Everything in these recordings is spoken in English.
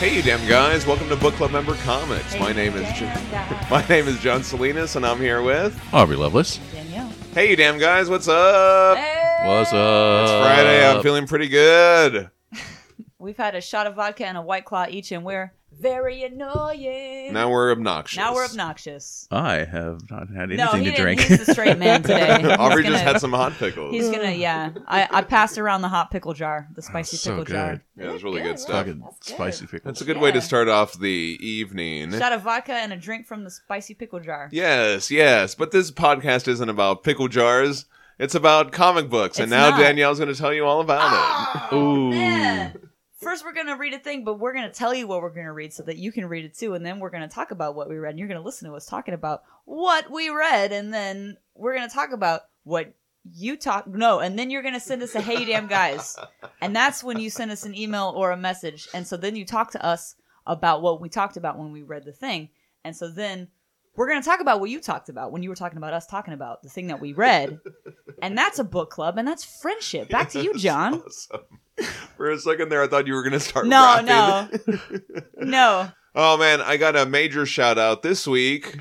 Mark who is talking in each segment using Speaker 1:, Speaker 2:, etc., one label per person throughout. Speaker 1: Hey, you damn guys! Welcome to Book Club Member Comics. my
Speaker 2: Hey,
Speaker 1: name is
Speaker 2: damn
Speaker 1: John.
Speaker 2: guys.
Speaker 1: my name is John Salinas, and I'm here with
Speaker 3: Aubrey Lovelace.
Speaker 2: Danielle.
Speaker 1: Hey, you damn guys! What's up?
Speaker 3: What's up?
Speaker 1: It's Friday.
Speaker 3: Uh,
Speaker 1: I'm feeling pretty good.
Speaker 2: We've had a shot of vodka and a white claw each, and we're very annoying.
Speaker 1: Now we're obnoxious.
Speaker 2: Now we're obnoxious.
Speaker 3: I have not had anything
Speaker 2: no, he
Speaker 3: to
Speaker 2: didn't.
Speaker 3: drink.
Speaker 2: He's the straight man today. He's
Speaker 1: Aubrey
Speaker 2: gonna-
Speaker 1: just had some hot pickles.
Speaker 2: He's gonna, yeah. I, I passed around the hot pickle jar, the spicy
Speaker 3: Oh, so
Speaker 2: pickle jar.
Speaker 1: yeah, it was really good,
Speaker 4: Good,
Speaker 1: stuff.
Speaker 3: Fucking
Speaker 4: That's good.
Speaker 3: spicy pickles.
Speaker 1: That's a good way to
Speaker 2: Yeah.
Speaker 1: start off the evening.
Speaker 2: Shot of vodka and a drink from the spicy pickle jar.
Speaker 1: Yes, yes. But this podcast isn't about pickle jars. It's about comic books, and
Speaker 2: It's
Speaker 1: now
Speaker 2: not.
Speaker 1: Danielle's going to tell you all about
Speaker 2: Oh,
Speaker 3: Ooh.
Speaker 2: man. First, we're going to read a thing, but we're going to tell you what we're going to read so that you can read it too. And then we're going to talk about what we read. And you're going to listen to us talking about what we read. And then we're going to talk about what you talk. No, and then you're going to send us a hey, you damn guys. And that's when you send us an email or a message. And so then you talk to us about what we talked about when we read the thing. And so then we're going to talk about what you talked about when you were talking about us talking about the thing that we read. and that's a book club and that's friendship.
Speaker 1: it.
Speaker 2: Back to you,
Speaker 1: Yes,
Speaker 2: John.
Speaker 1: awesome. For a second there, I thought you were going to start.
Speaker 2: No,
Speaker 1: rapping.
Speaker 2: no. No.
Speaker 1: Oh man, I got a major shout out this week.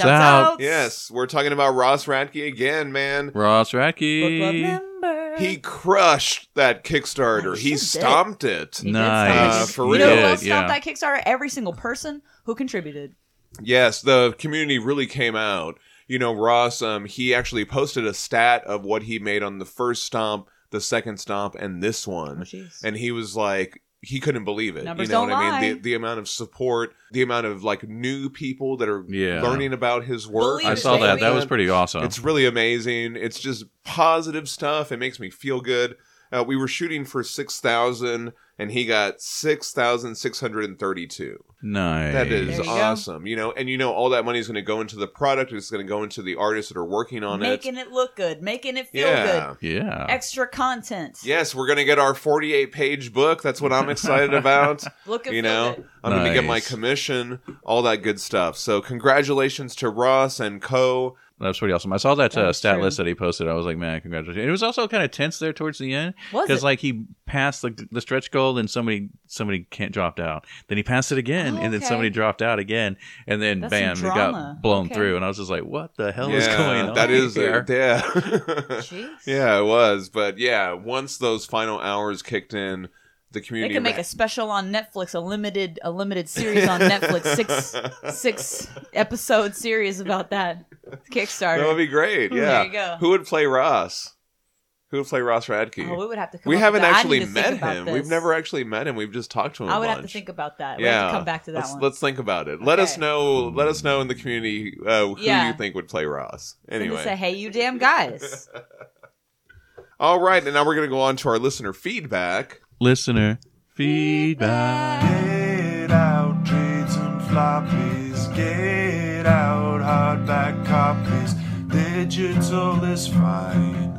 Speaker 2: Shouts
Speaker 3: out.
Speaker 2: outs.
Speaker 1: Yes, we're talking about Ross Radke again, man.
Speaker 3: Ross
Speaker 2: Book club
Speaker 3: Radke.
Speaker 2: member.
Speaker 1: He crushed that Kickstarter.
Speaker 2: Oh,
Speaker 1: he
Speaker 2: he sure did.
Speaker 1: stomped it.
Speaker 2: He did
Speaker 3: Nice.
Speaker 2: stop it.
Speaker 1: Uh, for
Speaker 2: you know who
Speaker 1: real.
Speaker 2: else
Speaker 3: Yeah.
Speaker 2: stopped that Kickstarter? Every single person who contributed.
Speaker 1: Yes, the community really came out. You know, Ross, um, he actually posted a stat of what he made on the first stomp, the second stomp, and this
Speaker 2: Oh,
Speaker 1: one.
Speaker 2: jeez.
Speaker 1: and he was like he couldn't believe it
Speaker 2: Numbers
Speaker 1: you know
Speaker 2: don't
Speaker 1: what i mean
Speaker 2: lie.
Speaker 1: the, the amount of support the amount of like new people that are
Speaker 3: Yeah.
Speaker 1: learning about his work
Speaker 2: Believe
Speaker 3: I
Speaker 2: it,
Speaker 3: saw that.
Speaker 2: baby.
Speaker 3: That was pretty awesome.
Speaker 1: it's really amazing it's just positive stuff it makes me feel good uh, we were shooting for 6000 and he got 6632
Speaker 3: nice.
Speaker 1: that is
Speaker 2: There you go.
Speaker 1: awesome you know and you know all that money is going to go into the product it's going to go into the artists that are working on it
Speaker 2: making it. look good, making it feel
Speaker 1: yeah
Speaker 2: good.
Speaker 3: Yeah.
Speaker 2: Extra content.
Speaker 1: yes we're going to get our 48 page book that's what i'm excited about
Speaker 2: Look and
Speaker 1: you
Speaker 2: feel
Speaker 1: know
Speaker 2: good.
Speaker 1: i'm gonna get my
Speaker 3: Nice.
Speaker 1: commission all that good stuff so congratulations to ross and co
Speaker 3: That's pretty awesome. I saw that,
Speaker 2: That
Speaker 3: uh,
Speaker 2: is
Speaker 3: stat
Speaker 2: true.
Speaker 3: list that he posted. I was like, man, congratulations. It was also kind of tense there towards the end
Speaker 2: Was it?
Speaker 3: because like he passed the, the stretch goal and somebody somebody can't dropped out. Then he passed it again
Speaker 2: Oh,
Speaker 3: and then
Speaker 2: okay.
Speaker 3: somebody dropped out again and then
Speaker 2: That's
Speaker 3: bam, it
Speaker 2: some drama.
Speaker 3: got blown
Speaker 2: Okay.
Speaker 3: through and I was just like, what the hell is going on?
Speaker 1: that is
Speaker 3: here?
Speaker 1: it yeah
Speaker 2: Jeez.
Speaker 1: yeah it was but yeah once those final hours kicked in the
Speaker 2: They
Speaker 1: community
Speaker 2: could make a special on Netflix, a limited, a limited series on Netflix, six, six episode series about that
Speaker 1: that would
Speaker 2: Kickstarter.
Speaker 1: be great
Speaker 2: There
Speaker 1: yeah
Speaker 2: you go.
Speaker 1: who would play ross who would play ross radke
Speaker 2: oh, we would have to. Come
Speaker 1: we
Speaker 2: up with
Speaker 1: haven't
Speaker 2: that. I need
Speaker 1: actually
Speaker 2: to think
Speaker 1: met
Speaker 2: about
Speaker 1: him
Speaker 2: this.
Speaker 1: we've never actually met him we've just talked to him
Speaker 2: I
Speaker 1: a
Speaker 2: would have to
Speaker 1: bunch.
Speaker 2: think about that. We have
Speaker 1: yeah,
Speaker 2: to come back to that
Speaker 1: let's,
Speaker 2: one.
Speaker 1: let's think about it. Let us
Speaker 2: Okay.
Speaker 1: know. Let us know in the community uh, who
Speaker 2: Yeah.
Speaker 1: you think would play Ross.
Speaker 2: Send
Speaker 1: Anyway,
Speaker 2: us a, hey, you damn guys.
Speaker 1: All right, and now we're going to go on to our listener feedback.
Speaker 3: listener feedback.
Speaker 5: Get out trades and floppies. Get out hardback copies. Digital is fine.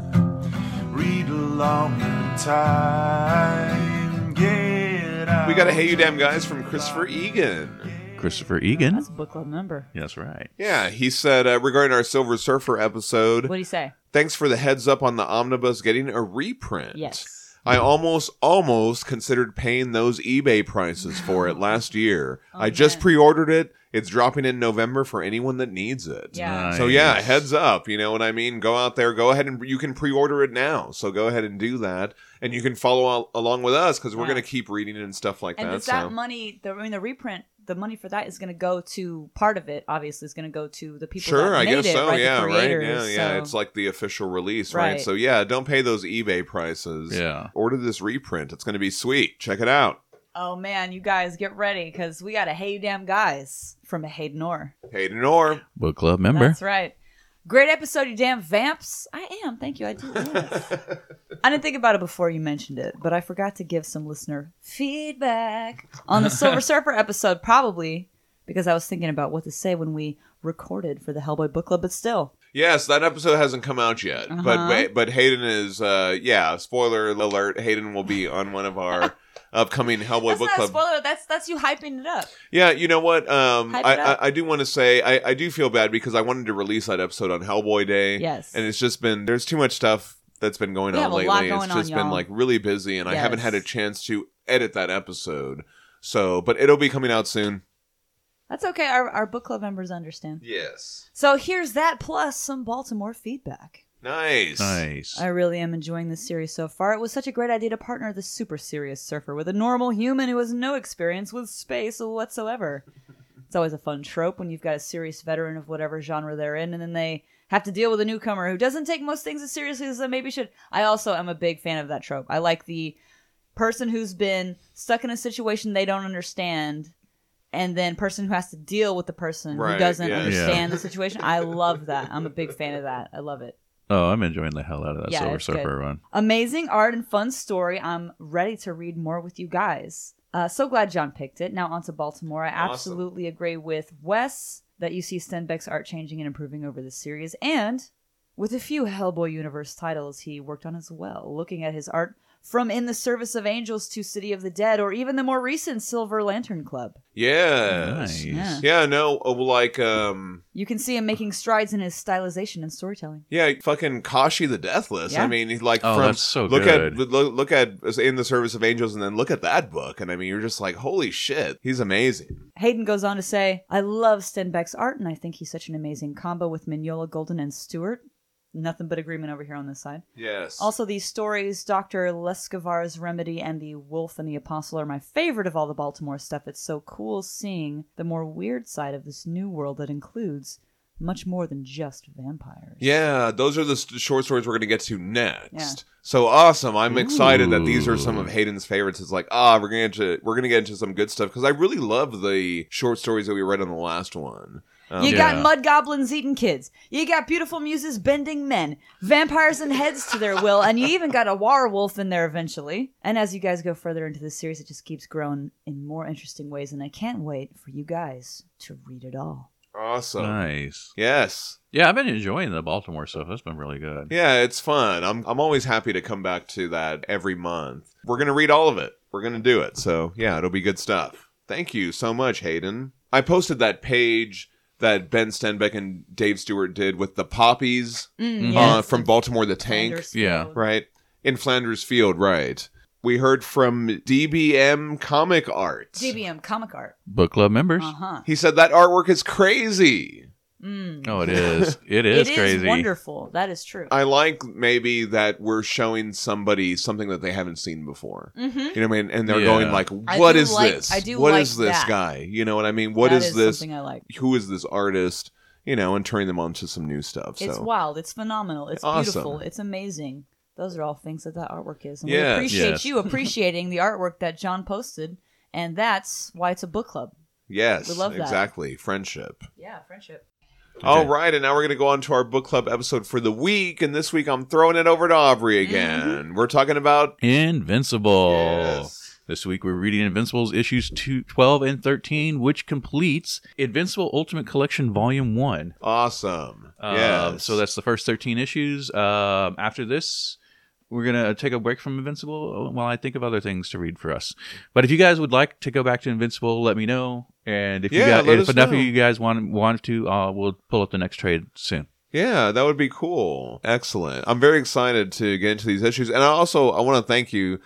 Speaker 5: Read along in time. Get out.
Speaker 1: We got a Hey You Damn Guys from Christopher Egan.
Speaker 3: Christopher Egan.
Speaker 2: That's a book club member.
Speaker 3: That's right.
Speaker 1: Yeah, he said uh, regarding our Silver Surfer episode,
Speaker 2: What do you say?
Speaker 1: thanks for the heads up on the omnibus getting a reprint.
Speaker 2: Yes.
Speaker 1: I almost, almost considered paying those eBay prices for it last year. I just
Speaker 2: man.
Speaker 1: pre ordered it. It's dropping in November for anyone that needs it.
Speaker 2: Yeah.
Speaker 1: So yeah, heads up. You know what I mean. Go out there. Go ahead and you can pre-order it now. So go ahead and do that, and you can follow al- along with us because we're
Speaker 2: Yeah.
Speaker 1: gonna keep reading it and stuff like
Speaker 2: And
Speaker 1: that.
Speaker 2: does
Speaker 1: So
Speaker 2: that money, the, I mean, the reprint, the money for that is going to go to part of it. Obviously, is going to go to the people.
Speaker 1: sure,
Speaker 2: that
Speaker 1: I
Speaker 2: made
Speaker 1: guess
Speaker 2: it,
Speaker 1: so.
Speaker 2: Right?
Speaker 1: yeah,
Speaker 2: the
Speaker 1: right.
Speaker 2: creators,
Speaker 1: Yeah, yeah.
Speaker 2: so-
Speaker 1: It's like the official release, right?
Speaker 2: Right.
Speaker 1: So yeah, don't pay those eBay prices.
Speaker 3: Yeah.
Speaker 1: Order this reprint. It's gonna be sweet. Check it out.
Speaker 2: oh man, you guys get ready because we got a hey, you damn guys from a Hayden Orr.
Speaker 1: Hayden Orr.
Speaker 3: Book club member.
Speaker 2: That's right. Great episode, you damn vamps. I am. Thank you. I do. yes. I didn't think about it before you mentioned it, but I forgot to give some listener feedback on the Silver Surfer episode, probably because I was thinking about what to say when we recorded for the Hellboy book club, but still.
Speaker 1: Yes, that episode hasn't come out yet, but
Speaker 2: Uh-huh.
Speaker 1: but but Hayden is. Uh, yeah, spoiler alert. Hayden will be on one of our upcoming Hellboy
Speaker 2: that's
Speaker 1: book
Speaker 2: not a
Speaker 1: club
Speaker 2: spoiler. That's that's you hyping it up.
Speaker 1: Yeah, you know what? Um, I,
Speaker 2: Hype it
Speaker 1: I,
Speaker 2: up.
Speaker 1: I do want to say I, I do feel bad because I wanted to release that episode on Hellboy Day.
Speaker 2: Yes.
Speaker 1: and it's just been there's too much stuff that's been going
Speaker 2: We
Speaker 1: on
Speaker 2: have a
Speaker 1: lately.
Speaker 2: lot
Speaker 1: it's
Speaker 2: going on,
Speaker 1: just been
Speaker 2: y'all.
Speaker 1: like really busy, and I haven't
Speaker 2: Yes.
Speaker 1: had a chance to edit that episode. So, but it'll be coming out soon.
Speaker 2: That's okay. Our, our book club members understand.
Speaker 1: Yes.
Speaker 2: So here's that plus some Baltimore feedback.
Speaker 1: Nice.
Speaker 3: Nice.
Speaker 2: I really am enjoying this series so far. It was such a great idea to partner the super serious surfer with a normal human who has no experience with space whatsoever. It's always a fun trope when you've got a serious veteran of whatever genre they're in, and then they have to deal with a newcomer who doesn't take most things as seriously as they maybe should. I also am a big fan of that trope. I like the person who's been stuck in a situation they don't understand, and then person who has to deal with the person
Speaker 1: Right,
Speaker 2: who doesn't
Speaker 1: yeah. Yeah.
Speaker 2: understand the situation. I love that. I'm a big fan of that. I love it.
Speaker 3: Oh, I'm enjoying the hell out of that
Speaker 2: Yeah,
Speaker 3: Silver
Speaker 2: it's good.
Speaker 3: Surfer one.
Speaker 2: Amazing art and fun story. I'm ready to read more with you guys. Uh, so glad John picked it. Now on to Baltimore. I
Speaker 1: Awesome.
Speaker 2: absolutely agree with Wes that you see Stenbeck's art changing and improving over the series, and with a few Hellboy universe titles he worked on as well. Looking at his art from In the Service of Angels to City of the Dead, or even the more recent Silver Lantern Club,
Speaker 1: Yes.
Speaker 3: Nice.
Speaker 2: Yeah.
Speaker 1: Yeah, no, uh, like um
Speaker 2: you can see him making strides in his stylization and storytelling.
Speaker 1: yeah, fucking Kashi the Deathless.
Speaker 2: Yeah.
Speaker 1: I mean, he's like
Speaker 3: Oh,
Speaker 1: from
Speaker 3: that's so
Speaker 1: look
Speaker 3: good.
Speaker 1: at look, look at uh, in the service of angels and then look at that book and I mean, you're just like, "Holy shit, he's amazing."
Speaker 2: Hayden goes on to say, I love Stenbeck's art, and I think he's such an amazing combo with Mignola, Golden, and Stewart. Nothing but agreement over here on this side.
Speaker 1: Yes.
Speaker 2: Also, these stories, Dr. Lescavar's Remedy and The Wolf and the Apostle, are my favorite of all the Baltimore stuff. It's so cool seeing the more weird side of this new world that includes much more than just vampires.
Speaker 1: Yeah, those are the st- short stories we're going to get to next. So awesome! I'm excited that these are some of
Speaker 3: Ooh.
Speaker 1: Hayden's favorites. It's like ah, we're gonna get to, we're gonna get into some good stuff because I really love the short stories that we read on the last one. Um,
Speaker 2: You
Speaker 3: Yeah.
Speaker 2: got mud goblins eating kids. You got beautiful muses bending men, vampires and heads to their will, and you even got a werewolf in there eventually. And as you guys go further into this series, it just keeps growing in more interesting ways, and I can't wait for you guys to read it all.
Speaker 1: awesome.
Speaker 3: Nice.
Speaker 1: Yes.
Speaker 3: Yeah, I've been enjoying the Baltimore stuff. That's been really good.
Speaker 1: Yeah, it's fun. I'm I'm always happy to come back to that every month. We're gonna read all of it. We're gonna do it. So yeah, it'll be good stuff. Thank you so much, Hayden. I posted that page that Ben Stenbeck and Dave Stewart did with the poppies
Speaker 2: Mm,
Speaker 3: Mhm.
Speaker 1: uh, from Baltimore the Tank.
Speaker 3: Yeah.
Speaker 1: Right. In Flanders Field, right. We heard from DBM Comic Arts.
Speaker 2: DBM comic art.
Speaker 3: Book club members.
Speaker 2: Uh huh.
Speaker 1: He said that artwork is crazy.
Speaker 2: Mm.
Speaker 3: Oh, it is.
Speaker 2: It
Speaker 3: It is
Speaker 2: is
Speaker 3: crazy.
Speaker 2: wonderful. That is true.
Speaker 1: I like maybe that we're showing somebody something that they haven't seen before.
Speaker 2: mm-hmm.
Speaker 1: You know what I mean? And they're
Speaker 3: Yeah.
Speaker 1: going like,
Speaker 2: I
Speaker 1: "What
Speaker 2: do
Speaker 1: is
Speaker 2: like-
Speaker 1: this?
Speaker 2: I do
Speaker 1: What
Speaker 2: like
Speaker 1: is this
Speaker 2: that.
Speaker 1: guy?" You know what I mean? What is this?
Speaker 2: Something I like.
Speaker 1: Who is this artist? You know, and turning them on to some new stuff.
Speaker 2: It's
Speaker 1: so
Speaker 2: wild. It's phenomenal. It's
Speaker 1: Awesome.
Speaker 2: beautiful. It's amazing. Those are all things that that artwork is. And we
Speaker 1: Yes.
Speaker 2: appreciate
Speaker 3: Yes.
Speaker 2: you appreciating the artwork that John posted. And that's why it's a book club.
Speaker 1: yes,
Speaker 2: We love that.
Speaker 1: exactly. Friendship.
Speaker 2: Yeah, friendship.
Speaker 1: All right, and now we're going to go on to our book club episode for the week. And this week, I'm throwing it over to Aubrey
Speaker 3: Mm-hmm.
Speaker 1: again. We're talking about.
Speaker 3: Invincible.
Speaker 1: Yes.
Speaker 3: This week we're reading Invincible's issues two, 12 and 13, which completes Invincible Ultimate Collection Volume 1.
Speaker 1: Awesome.
Speaker 3: Um,
Speaker 1: yes.
Speaker 3: So that's the first 13 issues. Um, after this, we're going to take a break from Invincible while I think of other things to read for us. But if you guys would like to go back to Invincible, let me know. And if,
Speaker 1: Yeah,
Speaker 3: you
Speaker 1: let
Speaker 3: guys, if
Speaker 1: us
Speaker 3: enough
Speaker 1: know.
Speaker 3: of you guys want, want to, uh, we'll pull up the next trade soon.
Speaker 1: Yeah, that would be cool. Excellent. I'm very excited to get into these issues, and I also I want to thank you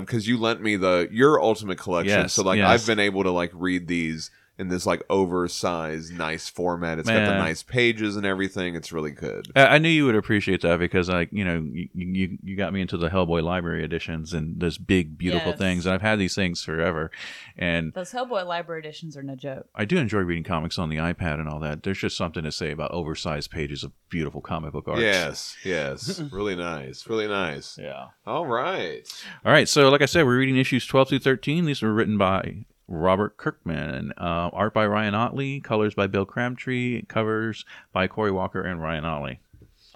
Speaker 1: because you lent me the your ultimate collection.
Speaker 3: Yes,
Speaker 1: so like
Speaker 3: yes.
Speaker 1: I've been able to like read these in this like oversized, nice format. It's got the
Speaker 3: Man.
Speaker 1: nice pages and everything. It's really good.
Speaker 3: I I knew you would appreciate that because, like, you know, you, you you got me into the Hellboy library editions and those big, beautiful
Speaker 2: Yes.
Speaker 3: things, and I've had these things forever, and
Speaker 2: Those Hellboy library editions are no joke.
Speaker 3: I do enjoy reading comics on the iPad and all that. There's just something to say about oversized pages of beautiful comic book art.
Speaker 1: Yes, yes, really nice, really nice.
Speaker 3: Yeah.
Speaker 1: All right.
Speaker 3: All right. So, like I said, we're reading issues 12 through 13. These were written by Robert Kirkman, uh, art by Ryan Otley, colors by Bill Crabtree, covers by Corey Walker and Ryan Otley.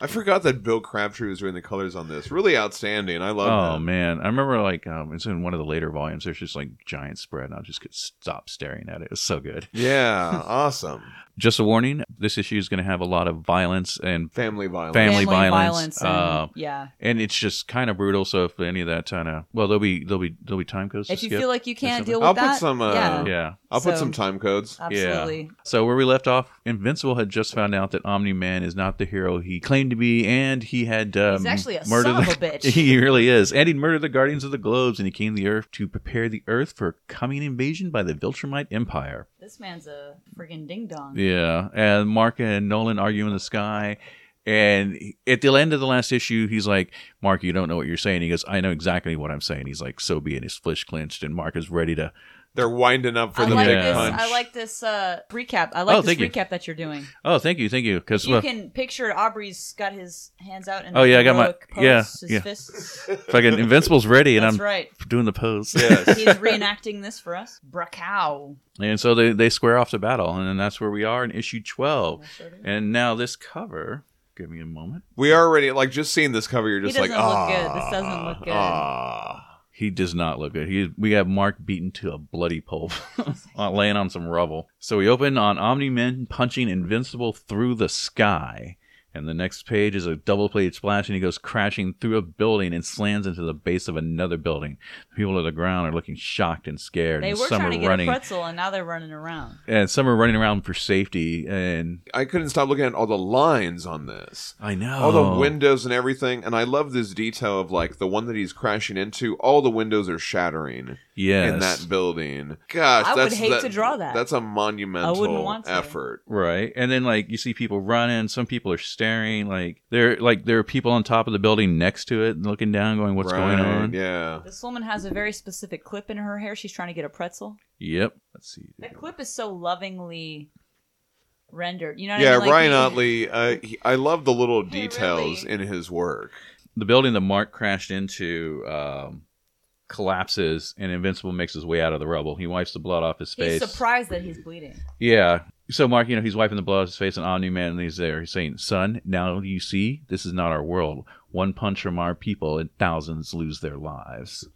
Speaker 1: I forgot that Bill Crabtree was doing the colors on this. Really outstanding. I love
Speaker 3: Oh
Speaker 1: that.
Speaker 3: man, I remember like um, it's in one of the later volumes. There's just like giant spread, and I just could stop staring at it. It was so good.
Speaker 1: Yeah, awesome.
Speaker 3: Just a warning: this issue is going to have a lot of violence, and
Speaker 1: Family violence.
Speaker 3: Family violence,
Speaker 2: and-
Speaker 3: uh,
Speaker 2: yeah.
Speaker 3: and it's just kind of brutal. So if any of that kind of well, there'll be there'll be there'll be time codes. to
Speaker 2: If you
Speaker 3: skip.
Speaker 2: feel like you can't
Speaker 3: something-
Speaker 2: deal with
Speaker 1: I'll put
Speaker 2: that,
Speaker 1: some, uh,
Speaker 2: yeah.
Speaker 3: yeah,
Speaker 1: I'll put
Speaker 2: So-
Speaker 1: some time codes.
Speaker 2: Absolutely.
Speaker 3: So where we left off, Invincible had just found out that Omni Man is not the hero he claimed to be, and he had um,
Speaker 2: He's actually a
Speaker 3: murdered
Speaker 2: son
Speaker 3: the-
Speaker 2: of a bitch.
Speaker 3: he really is, and he murdered the Guardians of the Globes, and he came to the Earth to prepare the Earth for coming invasion by the Viltrumite Empire.
Speaker 2: This man's a friggin' ding dong.
Speaker 3: Yeah, and Mark and Nolan argue in the sky. And at the end of the last issue, he's like, Mark, you don't know what you're saying. He goes, I know exactly what I'm saying. He's like, so be it. His flesh clenched, and Mark is ready to.
Speaker 1: They're winding up for
Speaker 2: I
Speaker 1: the
Speaker 2: like
Speaker 1: big
Speaker 2: this.
Speaker 1: punch.
Speaker 2: I like this uh, recap. I like
Speaker 3: Oh,
Speaker 2: this
Speaker 3: thank you.
Speaker 2: recap that you're doing.
Speaker 3: Oh, thank you. Thank you. Because
Speaker 2: You can picture Aubrey's got his hands out and
Speaker 3: Oh, yeah, I got my-
Speaker 2: pose,
Speaker 3: yeah,
Speaker 2: his
Speaker 3: yeah.
Speaker 2: fists.
Speaker 3: fucking Invincible's ready, and
Speaker 2: That's
Speaker 3: I'm
Speaker 2: right.
Speaker 3: doing the pose.
Speaker 1: Yes.
Speaker 2: He's reenacting this for us. Bracow.
Speaker 3: And so they, they square off the battle, and then that's where we are in issue 12.
Speaker 2: Yes, it is.
Speaker 3: And now this cover, give me a moment.
Speaker 1: we already like just seeing this cover. You're
Speaker 2: He
Speaker 1: just like,
Speaker 2: doesn't
Speaker 1: ah,
Speaker 2: look good. This doesn't look good."
Speaker 1: ah."
Speaker 3: He does not look good. He, we have Mark beaten to a bloody pulp, on- laying on some rubble. So we open on Omni Man punching Invincible through the sky. And the next page is a double plated splash, and he goes crashing through a building and slams into the base of another building. People at the ground are looking shocked and scared.
Speaker 2: They
Speaker 3: and
Speaker 2: were
Speaker 3: some
Speaker 2: trying to
Speaker 3: are
Speaker 2: get
Speaker 3: running,
Speaker 2: a pretzel, and now they're running around.
Speaker 3: and some are running around for safety. And
Speaker 1: "Ah." I couldn't stop looking at all the lines on this.
Speaker 3: I know
Speaker 1: All Oh, the windows and everything, and I love this detail of like the one that he's crashing into. All the windows are shattering
Speaker 3: yes.
Speaker 1: in that building. Gosh,
Speaker 2: I would
Speaker 1: that's,
Speaker 2: hate to draw that.
Speaker 1: That's a monumental
Speaker 2: want to.
Speaker 1: effort.
Speaker 3: Right. And then like you see people running, some people are staring, like there like there are people on top of the building next to it and looking down going what's
Speaker 1: Right,
Speaker 3: going on?
Speaker 1: Yeah,
Speaker 2: This woman has a very specific clip in her hair. She's trying to get a pretzel.
Speaker 3: Yep. Let's see.
Speaker 2: That clip is so lovingly rendered. You know what
Speaker 1: yeah.
Speaker 2: I mean? Like,
Speaker 1: Ryan
Speaker 2: he-
Speaker 1: Otley, uh, he, I love the little
Speaker 2: Hey,
Speaker 1: details
Speaker 2: really?
Speaker 1: in his work.
Speaker 3: The building that Mark crashed into um collapses and Invincible makes his way out of the rubble. He wipes the blood off his
Speaker 2: He's
Speaker 3: face.
Speaker 2: surprised that he's bleeding.
Speaker 3: Yeah. So Mark, you know, he's wiping the blood off his face, and Omni Man he's there. He's saying, "Son, now you see, this is not our world. One punch from our people, and thousands lose their lives."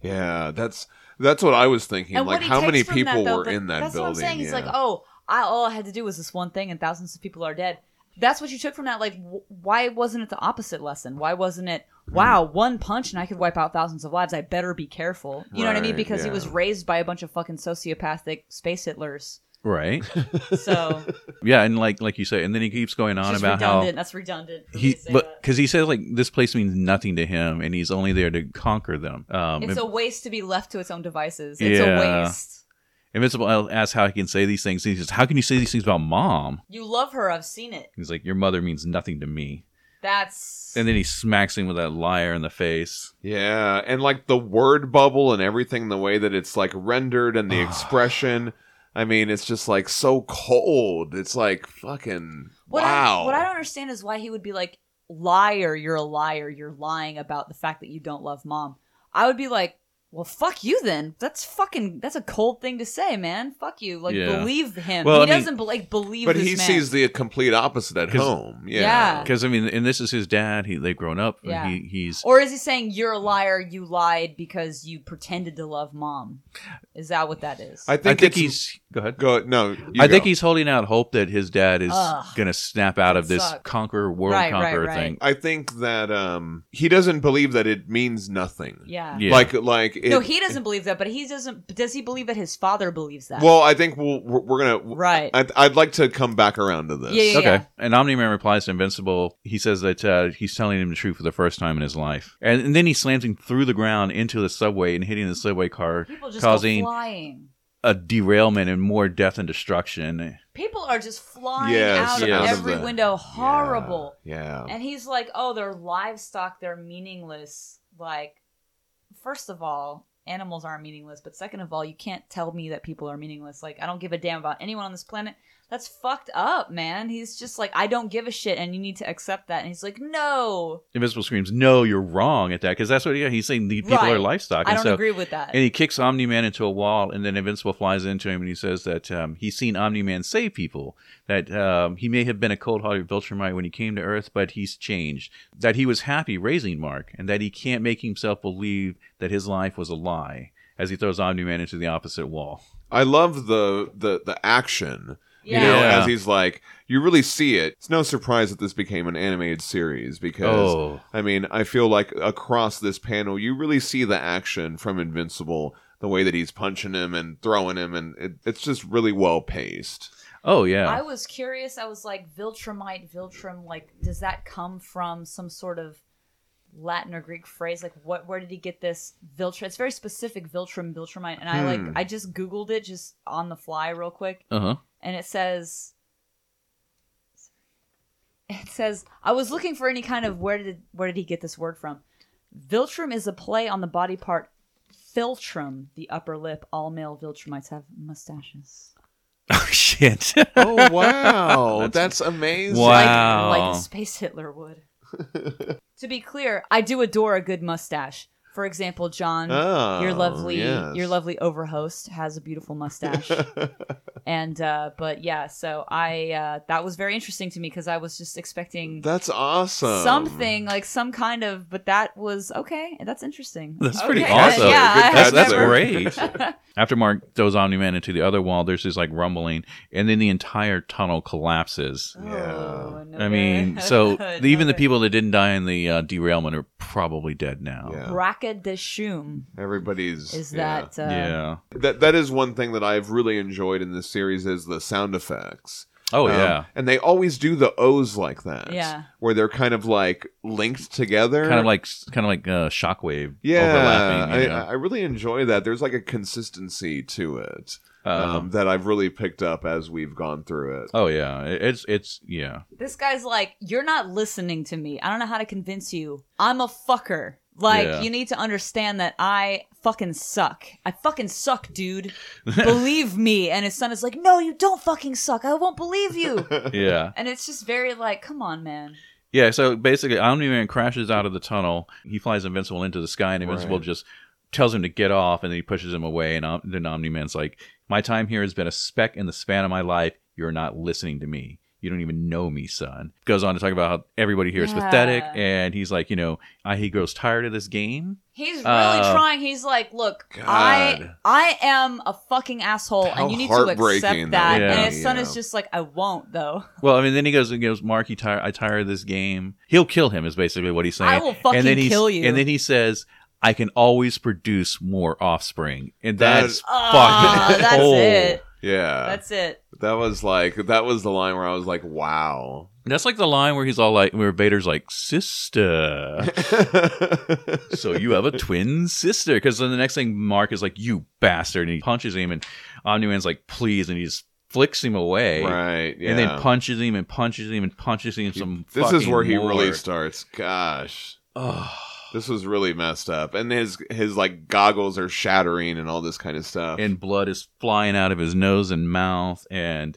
Speaker 1: Yeah, that's that's what I was thinking. like,
Speaker 2: what he
Speaker 1: how many
Speaker 2: takes from that,
Speaker 1: people
Speaker 2: though,
Speaker 1: were
Speaker 2: but
Speaker 1: in that
Speaker 2: that's
Speaker 1: building?
Speaker 2: what I'm saying. He's
Speaker 1: yeah.
Speaker 2: like, oh, I, all I had to do was this one thing, and thousands of people are dead. That's what you took from that. Like, wh- why wasn't it the opposite lesson? Why wasn't it,
Speaker 1: Hmm.
Speaker 2: wow, one punch and I could wipe out thousands of lives? I better be careful. You know what I mean?
Speaker 1: Right,
Speaker 2: Because he
Speaker 1: yeah.
Speaker 2: was raised by a bunch of fucking sociopathic space Hitlers.
Speaker 3: Right.
Speaker 2: So
Speaker 3: yeah, and like like you say, and then he keeps going on
Speaker 2: it's just
Speaker 3: about how
Speaker 2: redundant. That's redundant. for me
Speaker 3: he
Speaker 2: to say
Speaker 3: but
Speaker 2: that.
Speaker 3: because he says like this place means nothing to him and he's only there to conquer them um
Speaker 2: It's
Speaker 3: Inv-
Speaker 2: a waste to be left to its own devices. It's
Speaker 3: Yeah.
Speaker 2: a waste.
Speaker 3: invincible asks how he can say these things he says how can you say these things about mom
Speaker 2: You love her. I've seen it.
Speaker 3: he's like your mother means nothing to me
Speaker 2: That's
Speaker 3: and then he smacks him with that liar in the face
Speaker 1: Yeah, and like the word bubble and everything, the way that it's like rendered and the expression. I mean, it's just like so cold. It's like fucking
Speaker 2: what
Speaker 1: wow.
Speaker 2: I, what I don't understand is why he would be like, liar. You're a liar. You're lying about the fact that you don't love mom. I would be like, well, fuck you then. That's fucking. That's a cold thing to say, man. Fuck you. Like,
Speaker 3: Yeah.
Speaker 2: believe him.
Speaker 3: Well,
Speaker 2: he
Speaker 3: I mean-
Speaker 2: doesn't be- like believe.
Speaker 1: but
Speaker 2: this
Speaker 1: he
Speaker 2: man.
Speaker 1: sees the complete opposite at
Speaker 3: 'Cause-
Speaker 1: home. Yeah.
Speaker 2: Yeah.
Speaker 3: because i mean and this is his dad he they've grown up and
Speaker 2: Yeah.
Speaker 3: he, he's
Speaker 2: Or is he saying you're a liar? You lied because you pretended to love mom. Is that what that is?
Speaker 1: I
Speaker 3: i
Speaker 1: think,
Speaker 3: think
Speaker 1: it's-
Speaker 3: he's go ahead
Speaker 1: go no. you
Speaker 3: I think
Speaker 1: go.
Speaker 3: he's holding out hope that his dad is
Speaker 2: Ugh.
Speaker 3: gonna snap out of this
Speaker 2: Suck.
Speaker 3: conqueror world
Speaker 2: Right, right,
Speaker 3: conqueror
Speaker 2: right.
Speaker 3: thing.
Speaker 1: I think that um he doesn't believe that it means nothing.
Speaker 2: yeah.
Speaker 3: Yeah.
Speaker 1: Like like it,
Speaker 2: no, he doesn't believe that, but he doesn't. Does he believe that his father believes that?
Speaker 1: Well, I think we'll, we're, we're gonna.
Speaker 2: right.
Speaker 1: I'd, I'd like to come back around to this.
Speaker 2: Yeah, yeah,
Speaker 3: Okay. And Omni Man replies to Invincible. He says that uh, he's telling him the truth for the first time in his life. And, and then he slams him through the ground into the subway and hitting the subway car,
Speaker 2: People just
Speaker 3: causing
Speaker 2: go flying.
Speaker 3: a derailment and more death and destruction.
Speaker 2: People are just flying
Speaker 1: Yes,
Speaker 2: out
Speaker 3: yes.
Speaker 2: of every
Speaker 1: Out of the-
Speaker 2: window. Horrible.
Speaker 1: Yeah.
Speaker 2: And he's like, "Oh, they're livestock. They're meaningless." Like, first of all, animals are meaningless. But second of all, you can't tell me that people are meaningless. Like, I don't give a damn about anyone on this planet. That's fucked up, man. He's just like, I don't give a shit, and you need to accept that. And he's like, No,
Speaker 3: Invincible screams, "No, you're wrong at that," because that's what he, he's saying. The people
Speaker 2: Right.
Speaker 3: are livestock,
Speaker 2: I
Speaker 3: and
Speaker 2: don't
Speaker 3: so.
Speaker 2: agree with that.
Speaker 3: And he kicks Omni Man into a wall, and then Invincible flies into him, and he says that um, he's seen Omni Man save people. That um, he may have been a cold-hearted Viltrumite when he came to Earth, but he's changed. That he was happy raising Mark, and that he can't make himself believe that his life was a lie. As he throws Omni Man into the opposite wall.
Speaker 1: I love the the the action.
Speaker 2: yeah.
Speaker 1: You know,
Speaker 3: Yeah.
Speaker 1: as he's like, you really see it. It's no surprise that this became an animated series because,
Speaker 3: Oh,
Speaker 1: I mean, I feel like across this panel, you really see the action from Invincible the way that he's punching him and throwing him, and it, it's just really well paced.
Speaker 3: Oh yeah.
Speaker 2: I was curious. I was like, Viltrumite, Viltrum, like, does that come from some sort of Latin or Greek phrase? Like, what? Where did he get this Viltrum? It's very specific, Viltrum, Viltrumite. And I
Speaker 1: Hmm.
Speaker 2: like, I just Googled it just on the fly real quick,
Speaker 3: Uh huh.
Speaker 2: and it says, it says, I was looking for any kind of where did where did he get this word from? Viltrum is a play on the body part. Philtrum, the upper lip. All male Viltrumites have mustaches.
Speaker 3: Oh shit.
Speaker 1: Oh wow,
Speaker 3: That's-
Speaker 1: that's amazing!
Speaker 3: Wow.
Speaker 2: Like, like a space Hitler would. to be clear, I do adore a good mustache. For example, John,
Speaker 1: Oh,
Speaker 2: your lovely,
Speaker 1: yes.
Speaker 2: your lovely overhost has a beautiful mustache. and uh, but yeah, so I uh, that was very interesting to me because I was just expecting
Speaker 1: That's awesome.
Speaker 2: something like some kind of, but that was okay. That's interesting.
Speaker 3: That's
Speaker 2: Okay.
Speaker 3: pretty
Speaker 2: Yeah,
Speaker 3: awesome.
Speaker 2: Yeah,
Speaker 1: Good
Speaker 2: I-
Speaker 3: That's,
Speaker 1: That's
Speaker 3: that's
Speaker 1: never-
Speaker 3: great. After Mark throws Omni Man into the other wall, there's this like rumbling, and then the entire tunnel collapses.
Speaker 1: Yeah.
Speaker 2: Oh, no
Speaker 3: I mean,
Speaker 2: good.
Speaker 3: so
Speaker 2: No
Speaker 3: the, even the
Speaker 2: good.
Speaker 3: people that didn't die in the uh, derailment are probably dead now.
Speaker 1: Yeah.
Speaker 2: Braca de Shum
Speaker 1: Everybody's
Speaker 2: is
Speaker 1: yeah.
Speaker 2: that uh,
Speaker 3: Yeah.
Speaker 1: that that is one thing that I've really enjoyed in this series is the sound effects.
Speaker 3: Oh
Speaker 1: Um,
Speaker 3: yeah.
Speaker 1: and they always do the O's like that.
Speaker 2: Yeah.
Speaker 1: where they're kind of like linked together,
Speaker 3: Kind of like kind of like uh, shockwave
Speaker 1: yeah.
Speaker 3: overlapping.
Speaker 1: I,
Speaker 3: You know?
Speaker 1: I really enjoy that. There's like a consistency to it
Speaker 3: Uh,
Speaker 1: um, that I've really picked up as we've gone through it.
Speaker 3: oh yeah. It- It's it's yeah.
Speaker 2: This guy's like, you're not listening to me. I don't know how to convince you. I'm a fucker. Like,
Speaker 3: Yeah.
Speaker 2: you need to understand that I fucking suck. I fucking suck, dude. believe me. And his son is like, no, you don't fucking suck. I won't believe you.
Speaker 3: Yeah.
Speaker 2: and it's just very like, come on, man.
Speaker 3: Yeah, so basically, Omni Man crashes out of the tunnel. He flies Invincible into the sky, and Invincible
Speaker 1: Right.
Speaker 3: just tells him to get off, and then he pushes him away. And Om- then Omni Man's like, My time here has been a speck in the span of my life. You're not listening to me. You don't even know me, son. Goes on to talk about how everybody here is
Speaker 2: Yeah.
Speaker 3: pathetic, and he's like, You know, I, he grows tired of this game.
Speaker 2: He's really
Speaker 3: Uh,
Speaker 2: trying. He's like, look, I
Speaker 1: God.
Speaker 2: I am a fucking asshole,
Speaker 1: How
Speaker 2: and you need to
Speaker 1: heartbreaking that
Speaker 2: accept that.
Speaker 3: would
Speaker 2: And
Speaker 3: be,
Speaker 2: his son
Speaker 1: yeah.
Speaker 2: is just like, I won't though.
Speaker 3: Well, I mean, then he goes and goes, Mark, you tire, I tire of this game. He'll kill him, is basically what he's saying.
Speaker 2: I will fucking
Speaker 3: and then he's-
Speaker 2: kill you.
Speaker 3: And then he says, I can always produce more offspring. And
Speaker 1: That-
Speaker 3: that's
Speaker 2: Ah,
Speaker 3: fucking Oh.
Speaker 2: that's
Speaker 3: cold.
Speaker 2: it.
Speaker 1: Yeah,
Speaker 2: That's it.
Speaker 1: that was like that was the line where I was like, wow.
Speaker 3: That's like the line where he's all like, where Vader's like, sister. so you have a twin sister. Because then the next thing, Mark is like, you bastard. And he punches him, and Omni Man's like, please. And he just flicks him away.
Speaker 1: right, yeah.
Speaker 3: And then punches him and punches him and punches him some
Speaker 1: This is
Speaker 3: fucking
Speaker 1: where he
Speaker 3: more.
Speaker 1: really starts. Gosh.
Speaker 3: Ugh.
Speaker 1: This was really messed up, and his his like goggles are shattering and all this kind of stuff.
Speaker 3: and blood is flying out of his nose and mouth and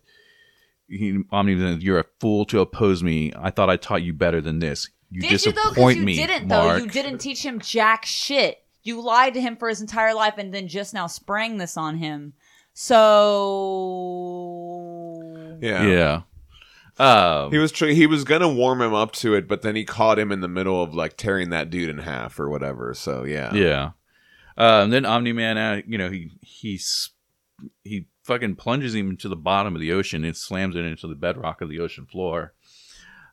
Speaker 3: he, Omni Man, you're a fool to oppose me. I thought I taught you better than this. You
Speaker 2: Did you though? Because
Speaker 3: disappoint
Speaker 2: you
Speaker 3: me,
Speaker 2: didn't
Speaker 3: Mark.
Speaker 2: though. You didn't teach him jack shit. You lied to him for his entire life, and then just now sprang this on him. So
Speaker 1: yeah.
Speaker 3: Yeah. Um,
Speaker 1: he was tr- he was gonna warm him up to it, but then he caught him in the middle of like tearing that dude in half or whatever. So yeah,
Speaker 3: Yeah. Uh, and then Omni Man, uh, you know, he he's he fucking plunges him into the bottom of the ocean and slams it into the bedrock of the ocean floor.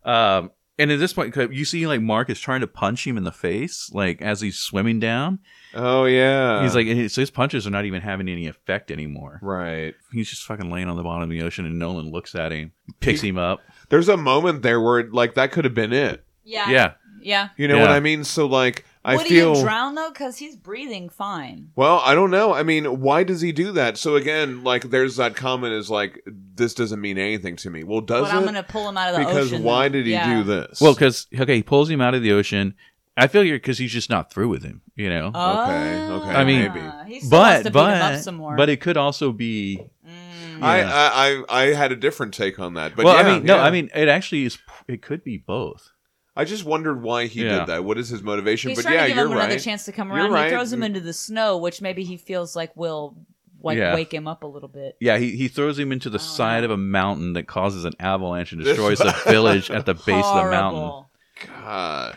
Speaker 3: Um, and at this point, you see like Mark is trying to punch him in the face, like as he's swimming down.
Speaker 1: oh yeah,
Speaker 3: he's like, and his- so his punches are not even having any effect anymore.
Speaker 1: right.
Speaker 3: He's just fucking laying on the bottom of the ocean, and Nolan looks at him, picks him up.
Speaker 1: There's a moment there where like that could have been it.
Speaker 2: yeah,
Speaker 3: Yeah,
Speaker 2: yeah.
Speaker 1: You know what
Speaker 3: Yeah.
Speaker 1: I mean? So like I
Speaker 2: Would
Speaker 1: feel
Speaker 2: he drown though? Because he's breathing fine.
Speaker 1: Well, I don't know. I mean, why does he do that? So again, like there's that comment is like this doesn't mean anything to me. Well, does
Speaker 2: but I'm
Speaker 1: it?
Speaker 2: gonna pull him out of the
Speaker 1: because
Speaker 2: ocean.
Speaker 1: why did he
Speaker 2: Yeah.
Speaker 1: do this?
Speaker 3: well, because okay, he pulls him out of the ocean. I feel you because he's just not through with him. You know,
Speaker 2: Ah,
Speaker 1: okay,
Speaker 3: I mean,
Speaker 1: maybe.
Speaker 2: he still wants to
Speaker 3: but
Speaker 2: beat him up
Speaker 3: but
Speaker 2: some more.
Speaker 3: but it could also be
Speaker 2: Mm.
Speaker 1: I,
Speaker 3: Yeah.
Speaker 1: I, I I had a different take on that, but
Speaker 3: well
Speaker 1: yeah,
Speaker 3: i mean no
Speaker 1: yeah.
Speaker 3: i mean it actually is it could be both
Speaker 1: I just wondered why he
Speaker 3: Yeah.
Speaker 1: did that. What is his motivation?
Speaker 2: He's
Speaker 1: but
Speaker 2: trying
Speaker 1: yeah,
Speaker 2: to give
Speaker 1: you're
Speaker 2: him
Speaker 1: right.
Speaker 2: another chance to come
Speaker 1: You're
Speaker 2: around.
Speaker 1: right.
Speaker 2: He throws him into the snow, which maybe he feels like will like
Speaker 3: Yeah.
Speaker 2: wake him up a little bit.
Speaker 3: yeah he, he throws him into the
Speaker 2: Oh,
Speaker 3: side
Speaker 2: no.
Speaker 3: of a mountain that causes an avalanche and
Speaker 1: This-
Speaker 3: destroys the village at the base of the mountain
Speaker 2: Horrible.
Speaker 1: God.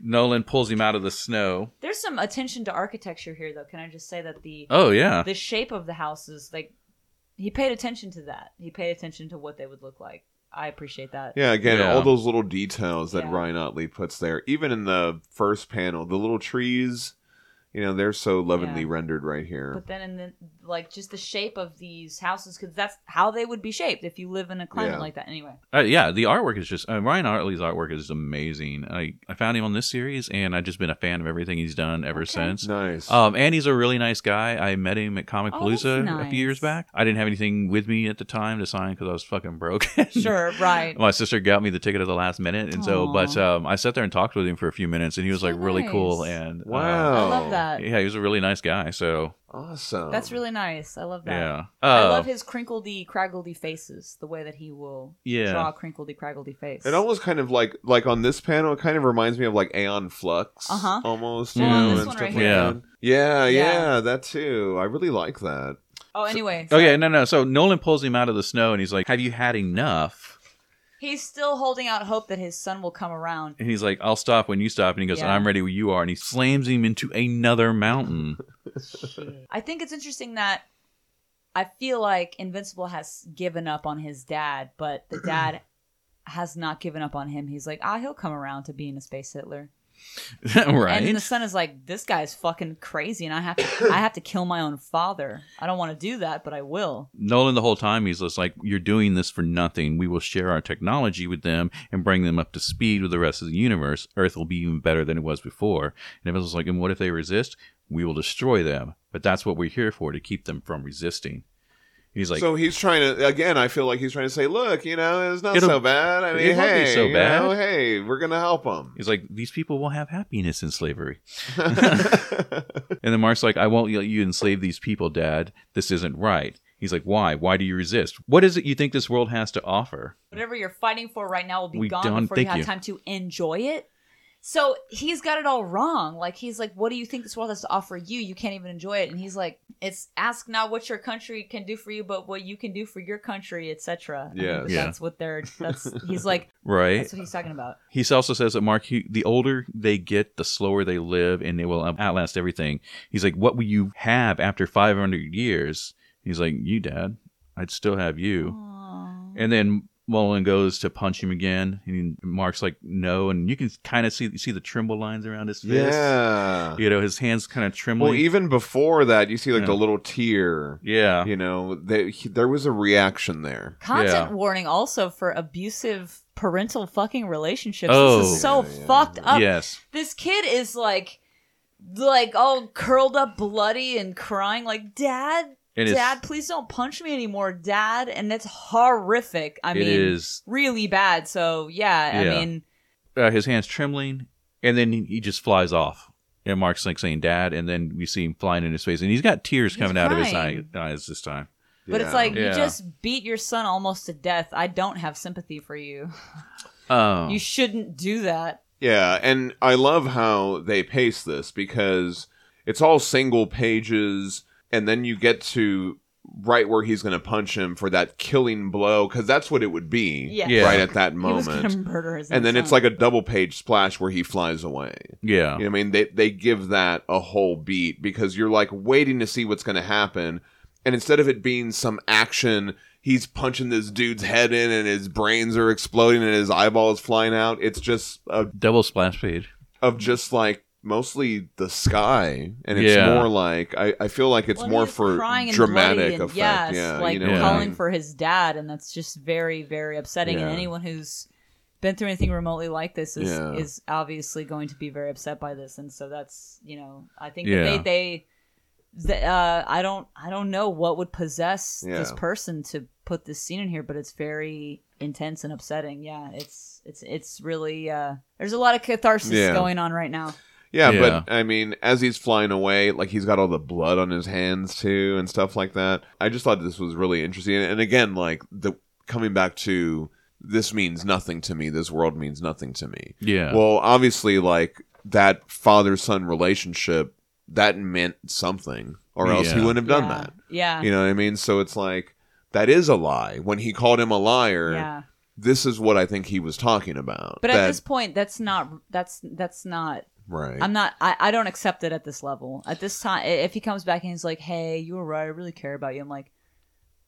Speaker 3: nolan pulls him out of the snow
Speaker 2: There's some attention to architecture here, though. Can I just say that the
Speaker 3: oh yeah
Speaker 2: the shape of the houses, like he paid attention to that. He paid attention to what they would look like. I appreciate that.
Speaker 1: Yeah, again,
Speaker 3: Yeah.
Speaker 1: all those little details that
Speaker 2: Yeah.
Speaker 1: Ryan Otley puts there, even in the first panel, the little trees, You know, they're so lovingly
Speaker 2: Yeah.
Speaker 1: rendered right here.
Speaker 2: But then in the like just the shape of these houses because that's how they would be shaped if you live in a climate
Speaker 1: Yeah.
Speaker 2: like that. Anyway,
Speaker 3: Uh, yeah, the artwork is just uh, Ryan Artley's artwork is amazing. I, I found him on this series, and I've just been a fan of everything he's done ever
Speaker 2: Okay.
Speaker 3: since.
Speaker 1: nice.
Speaker 3: Um, and he's a really nice guy. I met him at Comic Palooza
Speaker 2: Oh, that's
Speaker 3: a few years
Speaker 2: nice.
Speaker 3: back. I didn't have anything with me at the time to sign because I was fucking broke.
Speaker 2: sure, right.
Speaker 3: My sister got me the ticket at the last minute, and so,
Speaker 2: Aw.
Speaker 3: but um, I sat there and talked with him for a few minutes, and he was
Speaker 2: So
Speaker 3: like really cool.
Speaker 2: nice.
Speaker 3: And uh,
Speaker 1: wow.
Speaker 2: I love that.
Speaker 3: yeah, he was a really nice guy. So,
Speaker 1: Awesome.
Speaker 2: That's really nice. I love that.
Speaker 3: yeah,
Speaker 2: I
Speaker 3: Uh,
Speaker 2: love his crinkledy, craggledy faces. The way that he will
Speaker 3: Yeah.
Speaker 2: draw a crinkledy, craggledy face.
Speaker 1: It almost kind of like like on this panel, it kind of reminds me of like Aeon Flux,
Speaker 2: Uh-huh.
Speaker 1: almost.
Speaker 3: Well,
Speaker 1: you
Speaker 3: on
Speaker 1: know,
Speaker 3: this
Speaker 1: and
Speaker 2: one
Speaker 1: stuff
Speaker 2: right
Speaker 1: like
Speaker 3: here.
Speaker 1: that. yeah,
Speaker 2: Yeah.
Speaker 1: yeah, that too. I really like that.
Speaker 2: oh, anyway.
Speaker 3: okay,
Speaker 2: sorry.
Speaker 3: no, no. So Nolan pulls him out of the snow, and he's like, "Have you had enough?"
Speaker 2: He's still holding out hope that his son will come around.
Speaker 3: And he's like, "I'll stop when you stop." And he goes,
Speaker 2: Yeah.
Speaker 3: "I'm ready when you are." And he slams him into another mountain.
Speaker 2: I think it's interesting that I feel like Invincible has given up on his dad, but the dad has not given up on him. He's like, ah, he'll come around to being a space Hitler.
Speaker 3: right?
Speaker 2: And then the son is like, "This guy's fucking crazy, and I have to, I have to kill my own father. I don't want to do that, but I will."
Speaker 3: Nolan the whole time he's just like, "You're doing this for nothing. We will share our technology with them and bring them up to speed with the rest of the universe. Earth will be even better than it was before." And everyone's like, "And what if they resist? We will destroy them. But that's what we're here for—to keep them from resisting." And he's like,
Speaker 1: so he's trying to again. I feel like he's trying to say, look, you know, it's not
Speaker 3: It'll-
Speaker 1: so bad. I mean,
Speaker 3: it won't be
Speaker 1: hey,
Speaker 3: so
Speaker 1: you
Speaker 3: bad.
Speaker 1: know, hey, we're gonna help him.
Speaker 3: "He's like, these people will have happiness in slavery." And then Mark's like, I won't let you enslave these people, Dad. This isn't right. He's like, Why? Why do you resist? What is it you think this world has to offer?
Speaker 2: Whatever you're fighting for right now will be
Speaker 3: We
Speaker 2: gone
Speaker 3: done-
Speaker 2: before you
Speaker 3: thank
Speaker 2: have
Speaker 3: you.
Speaker 2: time to enjoy it. So he's got it all wrong. Like he's like, "What do you think this world has to offer you? You can't even enjoy it." And he's like, "It's ask not what your country can do for you, but what you can do for your country, etc." I mean,
Speaker 1: Yes.
Speaker 3: Yeah.
Speaker 2: that's what they're. That's he's like.
Speaker 3: Right?
Speaker 2: That's what he's talking about.
Speaker 3: He also says that Mark, he, the older they get, the slower they live, and they will outlast everything. He's like, What will you have after 500 years? He's like, You, Dad. I'd still have you.
Speaker 2: Aw.
Speaker 3: And then Mullen goes to punch him again, and Mark's like, "No." And you can kind of see see the tremble lines around his fist.
Speaker 1: yeah.
Speaker 3: you know his hands kind of trembling.
Speaker 1: Well, even before that, you see like
Speaker 3: Yeah.
Speaker 1: the little tear.
Speaker 3: yeah,
Speaker 1: You know, they, he, there was a reaction there.
Speaker 2: Content
Speaker 3: Yeah.
Speaker 2: warning also for abusive parental fucking relationships. this
Speaker 3: Oh.
Speaker 2: is so
Speaker 1: Yeah, yeah.
Speaker 2: fucked up.
Speaker 3: yes.
Speaker 2: This kid is like like all curled up bloody and crying like dad
Speaker 3: And it's-
Speaker 2: dad please don't punch me anymore dad and that's horrific i
Speaker 3: it
Speaker 2: mean
Speaker 3: is
Speaker 2: really bad so yeah,
Speaker 3: Yeah.
Speaker 2: i mean
Speaker 3: uh, his hands trembling, and then he, he just flies off. And Mark's like saying "Dad," and then we see him flying in his face, and he's got tears
Speaker 2: He's
Speaker 3: coming out of his eye,
Speaker 2: crying.
Speaker 3: eyes this time.
Speaker 2: but
Speaker 1: Yeah.
Speaker 2: it's like
Speaker 3: Yeah.
Speaker 2: you just beat your son almost to death i don't have sympathy for you
Speaker 3: Um,
Speaker 2: you shouldn't do that
Speaker 1: Yeah, and I love how they pace this because it's all single pages, and then you get to right where he's going to punch him for that killing blow because that's what it would be
Speaker 2: Yeah.
Speaker 3: Yeah.
Speaker 1: right at that
Speaker 2: he was gonna
Speaker 1: moment.
Speaker 2: murder his
Speaker 1: And then
Speaker 2: son.
Speaker 1: it's like a double page splash where he flies away.
Speaker 3: yeah,
Speaker 1: You know what I mean? They, they give that a whole beat because you're like waiting to see what's going to happen. And instead of it being some action, he's punching this dude's head in and his brains are exploding and his eyeball is flying out. It's just a
Speaker 3: double splash page.
Speaker 1: of just like mostly the sky and it's
Speaker 3: Yeah.
Speaker 1: more like I, I feel like it's
Speaker 2: Well,
Speaker 1: more
Speaker 2: he's
Speaker 1: for
Speaker 2: crying and bloody
Speaker 1: dramatic
Speaker 2: and
Speaker 1: effect
Speaker 2: Yes,
Speaker 1: yeah
Speaker 2: like
Speaker 1: you know what I
Speaker 2: calling
Speaker 1: mean?
Speaker 2: for his dad, and that's just very, very upsetting. And
Speaker 1: Yeah.
Speaker 2: anyone who's been through anything remotely like this is
Speaker 1: Yeah.
Speaker 2: is obviously going to be very upset by this. And so that's you know, I think
Speaker 3: Yeah.
Speaker 2: that they they. th- Uh, I don't, I don't know what would possess this
Speaker 1: Yeah.
Speaker 2: person to put this scene in here, but it's very intense and upsetting. Yeah, it's, it's, it's really. Uh, there's a lot of catharsis
Speaker 1: Yeah.
Speaker 2: going on right now.
Speaker 1: yeah,
Speaker 3: Yeah.
Speaker 1: but i mean as he's flying away like he's got all the blood on his hands too and stuff like that i just thought this was really interesting and, and again like the coming back to this means nothing to me this world means nothing to me
Speaker 3: Yeah,
Speaker 1: Well, obviously, like that father son relationship, that meant something, or else he
Speaker 3: Yeah.
Speaker 1: wouldn't have done
Speaker 2: Yeah.
Speaker 1: that.
Speaker 2: Yeah.
Speaker 1: You know what I mean? So it's like that is a lie. When he called him a liar,
Speaker 2: yeah.
Speaker 1: this is what I think he was talking about.
Speaker 2: But
Speaker 1: That-
Speaker 2: at this point, that's not that's that's not.
Speaker 1: right?
Speaker 2: I'm not. I, I don't accept it at this level. At this time, i- if he comes back and he's like, "Hey, you were right. I really care about you," I'm like,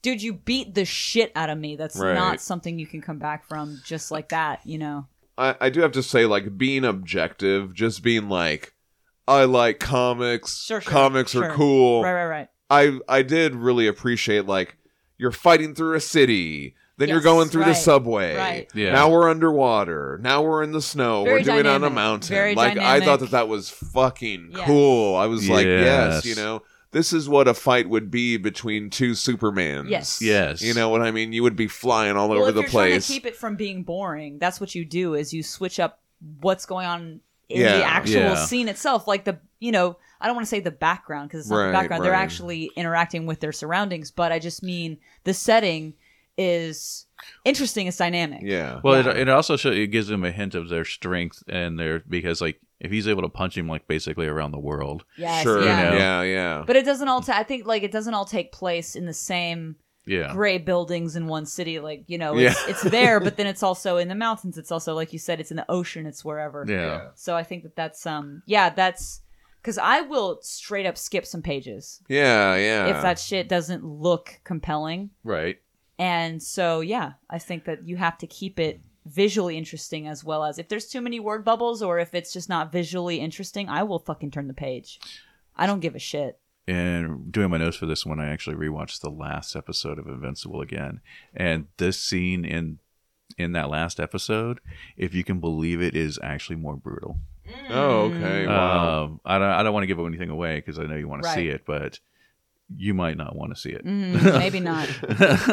Speaker 2: "Dude, you beat the shit out of me. That's
Speaker 1: Right.
Speaker 2: not something you can come back from just like that." You know?
Speaker 1: I, I do have to say, like being objective, just being like, I like comics.
Speaker 2: Sure, sure,
Speaker 1: comics are
Speaker 2: sure.
Speaker 1: cool.
Speaker 2: Right, right, right.
Speaker 1: I I did really appreciate like you're fighting through a city, then you're
Speaker 2: Yes,
Speaker 1: going through the
Speaker 2: right,
Speaker 1: subway.
Speaker 2: right.
Speaker 3: Yeah.
Speaker 1: Now we're underwater. Now we're in the snow.
Speaker 2: Very
Speaker 1: we're doing it on a
Speaker 2: dynamic,
Speaker 1: mountain.
Speaker 2: very
Speaker 1: like I
Speaker 2: dynamic.
Speaker 1: thought that that was fucking
Speaker 2: Yes.
Speaker 1: cool. I was like, yes,
Speaker 3: Yes.
Speaker 1: you know. This is what a fight would be between two Supermans.
Speaker 2: Yes.
Speaker 3: Yes.
Speaker 1: You know what I mean? You would be flying all
Speaker 2: Well,
Speaker 1: over
Speaker 2: if
Speaker 1: the
Speaker 2: you're trying
Speaker 1: place.
Speaker 2: to keep it from being boring, that's what you do is you switch up what's going on in
Speaker 1: Yeah.
Speaker 2: the actual
Speaker 3: Yeah.
Speaker 2: scene itself, like the you know. I don't want to say the background because it's not
Speaker 1: Right,
Speaker 2: the background. They're
Speaker 1: right.
Speaker 2: actually interacting with their surroundings, but I just mean the setting is interesting. It's dynamic.
Speaker 1: yeah.
Speaker 3: Well, it, it also show, it gives him a hint of their strength and their because like if he's able to punch him like basically around the world.
Speaker 2: Yes,
Speaker 1: sure.
Speaker 2: yeah.
Speaker 3: You know.
Speaker 1: Yeah, yeah.
Speaker 2: But it doesn't all. Ta- I think like it doesn't all take place in the same
Speaker 3: Yeah.
Speaker 2: gray buildings in one city. Like you know,
Speaker 1: Yeah.
Speaker 2: it's, it's there, but then it's also in the mountains. It's also like you said, it's in the ocean. It's wherever.
Speaker 3: Yeah.
Speaker 2: So I think that that's um yeah that's because I will straight up skip some pages
Speaker 1: Yeah, yeah.
Speaker 2: if that shit doesn't look compelling.
Speaker 3: Right.
Speaker 2: And so yeah, I think that you have to keep it visually interesting as well as if there's too many word bubbles or if it's just not visually interesting, I will fucking turn the page. I don't give a shit.
Speaker 3: And doing my notes for this one, I actually rewatched the last episode of Invincible again, and this scene in in that last episode, if you can believe it, is actually more brutal.
Speaker 2: hmm.
Speaker 1: oh, okay. Wow.
Speaker 3: Um, I don't I don't want to give anything away because I know you want to see
Speaker 2: Right.
Speaker 3: it, but you might not want to see it.
Speaker 2: Mm, maybe not.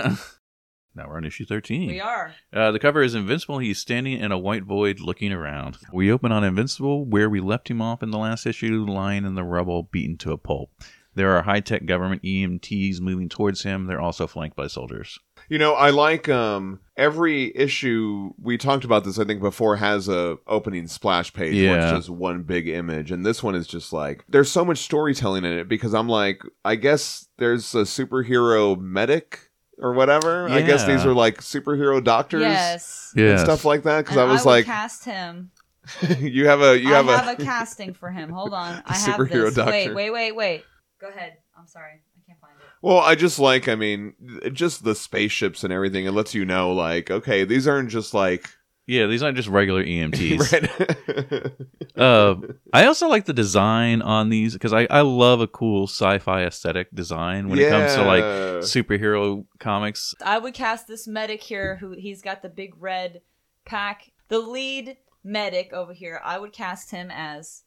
Speaker 3: now we're on issue thirteen.
Speaker 2: Mm. We are.
Speaker 3: Uh, the cover is Invincible. He's standing in a white void looking around. We open on Invincible, where we left him off in the last issue, lying in the rubble, beaten to a pulp. There are high tech government EMTs moving towards him. They're also flanked by soldiers.
Speaker 1: You know, I like um every issue we talked about this I think before has a opening splash page where it's
Speaker 3: Yeah.
Speaker 1: just one big image and this one is just like there's so much storytelling in it because I'm like I guess there's a superhero medic or whatever. I guess
Speaker 3: Yeah.
Speaker 1: these are like superhero doctors
Speaker 2: Yes.
Speaker 1: and stuff like that cuz I
Speaker 2: And
Speaker 1: was
Speaker 2: would
Speaker 1: like
Speaker 2: cast him.
Speaker 1: you have a you have,
Speaker 2: I have
Speaker 1: a,
Speaker 2: a casting for him. Hold on. I have
Speaker 1: Superhero
Speaker 2: this. Wait,
Speaker 1: doctor.
Speaker 2: wait, wait, wait. Go ahead. I'm sorry. I can't find it.
Speaker 1: Well, I just like I mean just the spaceships and everything it lets you know like okay, these aren't just like
Speaker 3: yeah, these aren't just regular EMTs.
Speaker 1: right.
Speaker 3: uh, I also like the design on these because I, I love a cool sci fi aesthetic design when it comes to like
Speaker 1: Yeah.
Speaker 3: superhero comics.
Speaker 2: I would cast this medic here who he's got the big red pack. The lead medic over here, I would cast him as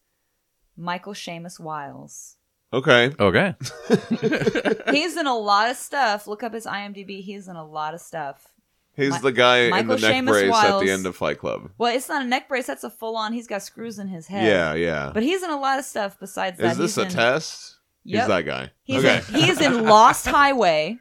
Speaker 2: Michael Seamus Wiles.
Speaker 1: Okay.
Speaker 3: Okay.
Speaker 2: He's in a lot of stuff. Look up his IMDb. He's in a lot of stuff.
Speaker 1: He's
Speaker 2: Mi-
Speaker 1: the guy
Speaker 2: Michael
Speaker 1: in the neck
Speaker 2: Seamus
Speaker 1: brace at
Speaker 2: Wiles.
Speaker 1: the end of Fight Club.
Speaker 2: Well, it's not a neck brace. That's a full on. He's got screws in his head.
Speaker 1: Yeah, yeah.
Speaker 2: But he's in a lot of stuff besides that.
Speaker 1: Is this
Speaker 2: he's
Speaker 1: a
Speaker 2: in,
Speaker 1: test?
Speaker 2: Yep.
Speaker 1: He's that guy.
Speaker 2: He's
Speaker 1: okay.
Speaker 2: in, he is in Lost Highway.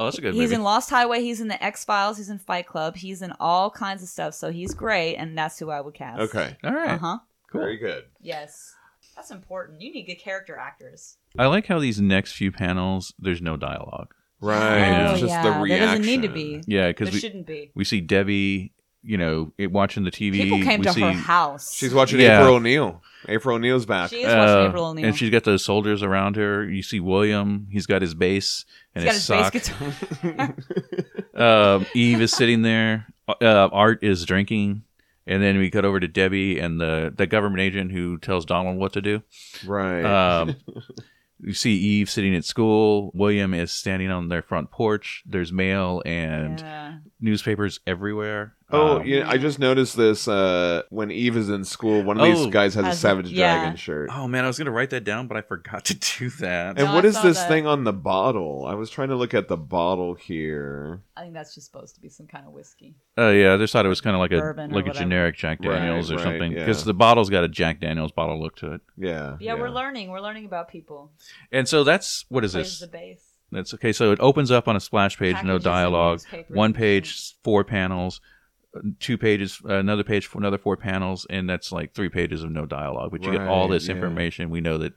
Speaker 3: Oh, that's a good
Speaker 2: He's
Speaker 3: movie.
Speaker 2: in Lost Highway. He's in the X Files. He's in Fight Club. He's in all kinds of stuff. So he's great, and that's who I would cast.
Speaker 1: okay.
Speaker 3: All right.
Speaker 2: Uh huh.
Speaker 3: Cool.
Speaker 1: Very good.
Speaker 2: Yes. That's important. You need good character actors.
Speaker 3: I like how these next few panels, there's no dialogue.
Speaker 1: Right.
Speaker 3: Oh,
Speaker 1: it's just the reaction.
Speaker 2: There doesn't need to be.
Speaker 3: Yeah,
Speaker 2: There
Speaker 3: because we,
Speaker 2: shouldn't be.
Speaker 3: we see Debbie, you know, it, watching the TV.
Speaker 2: People came
Speaker 3: we
Speaker 2: to
Speaker 3: see,
Speaker 2: her house.
Speaker 1: She's watching
Speaker 3: Yeah.
Speaker 1: April O'Neil. April O'Neil's back.
Speaker 2: She is watching
Speaker 3: uh,
Speaker 2: April O'Neil.
Speaker 3: and she's got the soldiers around her. You see William; he's got his bass and
Speaker 2: She's got
Speaker 3: his
Speaker 2: his
Speaker 3: sock.
Speaker 2: bass guitar.
Speaker 3: Um, Eve is sitting there. Uh, Art is drinking, and then we cut over to Debbie and the the government agent who tells Donald what to do.
Speaker 1: right.
Speaker 3: Um, you see Eve sitting at school. William is standing on their front porch. There's mail and
Speaker 2: Yeah.
Speaker 3: newspapers everywhere.
Speaker 1: oh,
Speaker 3: Um,
Speaker 1: yeah. I just noticed this uh, when Eve is in school. One of these
Speaker 3: Oh.
Speaker 1: guys has a
Speaker 2: Has a-
Speaker 1: Savage
Speaker 2: yeah.
Speaker 1: Dragon shirt.
Speaker 3: Oh man, I was gonna write that down, but I forgot to do that.
Speaker 1: And
Speaker 2: No,
Speaker 1: what
Speaker 2: I
Speaker 1: is
Speaker 2: saw
Speaker 1: this
Speaker 2: that.
Speaker 1: thing on the bottle? I was trying to look at the bottle here.
Speaker 2: I think that's just supposed to be some kind of whiskey.
Speaker 3: Oh yeah, I just thought it was kind of like a
Speaker 2: Bourbon or
Speaker 3: like a
Speaker 2: whatever.
Speaker 3: generic Jack
Speaker 1: Right,
Speaker 3: Daniels or
Speaker 1: right,
Speaker 3: something
Speaker 1: yeah.
Speaker 3: because the bottle's got a Jack Daniels bottle look to it.
Speaker 1: Yeah.
Speaker 2: Yeah, we're learning. We're learning about people.
Speaker 3: And so that's what is
Speaker 2: Plays
Speaker 3: this?
Speaker 2: the bass.
Speaker 3: That's okay. So it opens up on a splash page,
Speaker 2: Packages
Speaker 3: no
Speaker 2: and
Speaker 3: dialogue.
Speaker 2: newspapers
Speaker 3: One
Speaker 2: and
Speaker 3: page, four panels, uh, two pages, another page, for another four panels, and that's like three pages of no dialogue. But you get all
Speaker 1: Right,
Speaker 3: this
Speaker 1: yeah.
Speaker 3: information. We know that.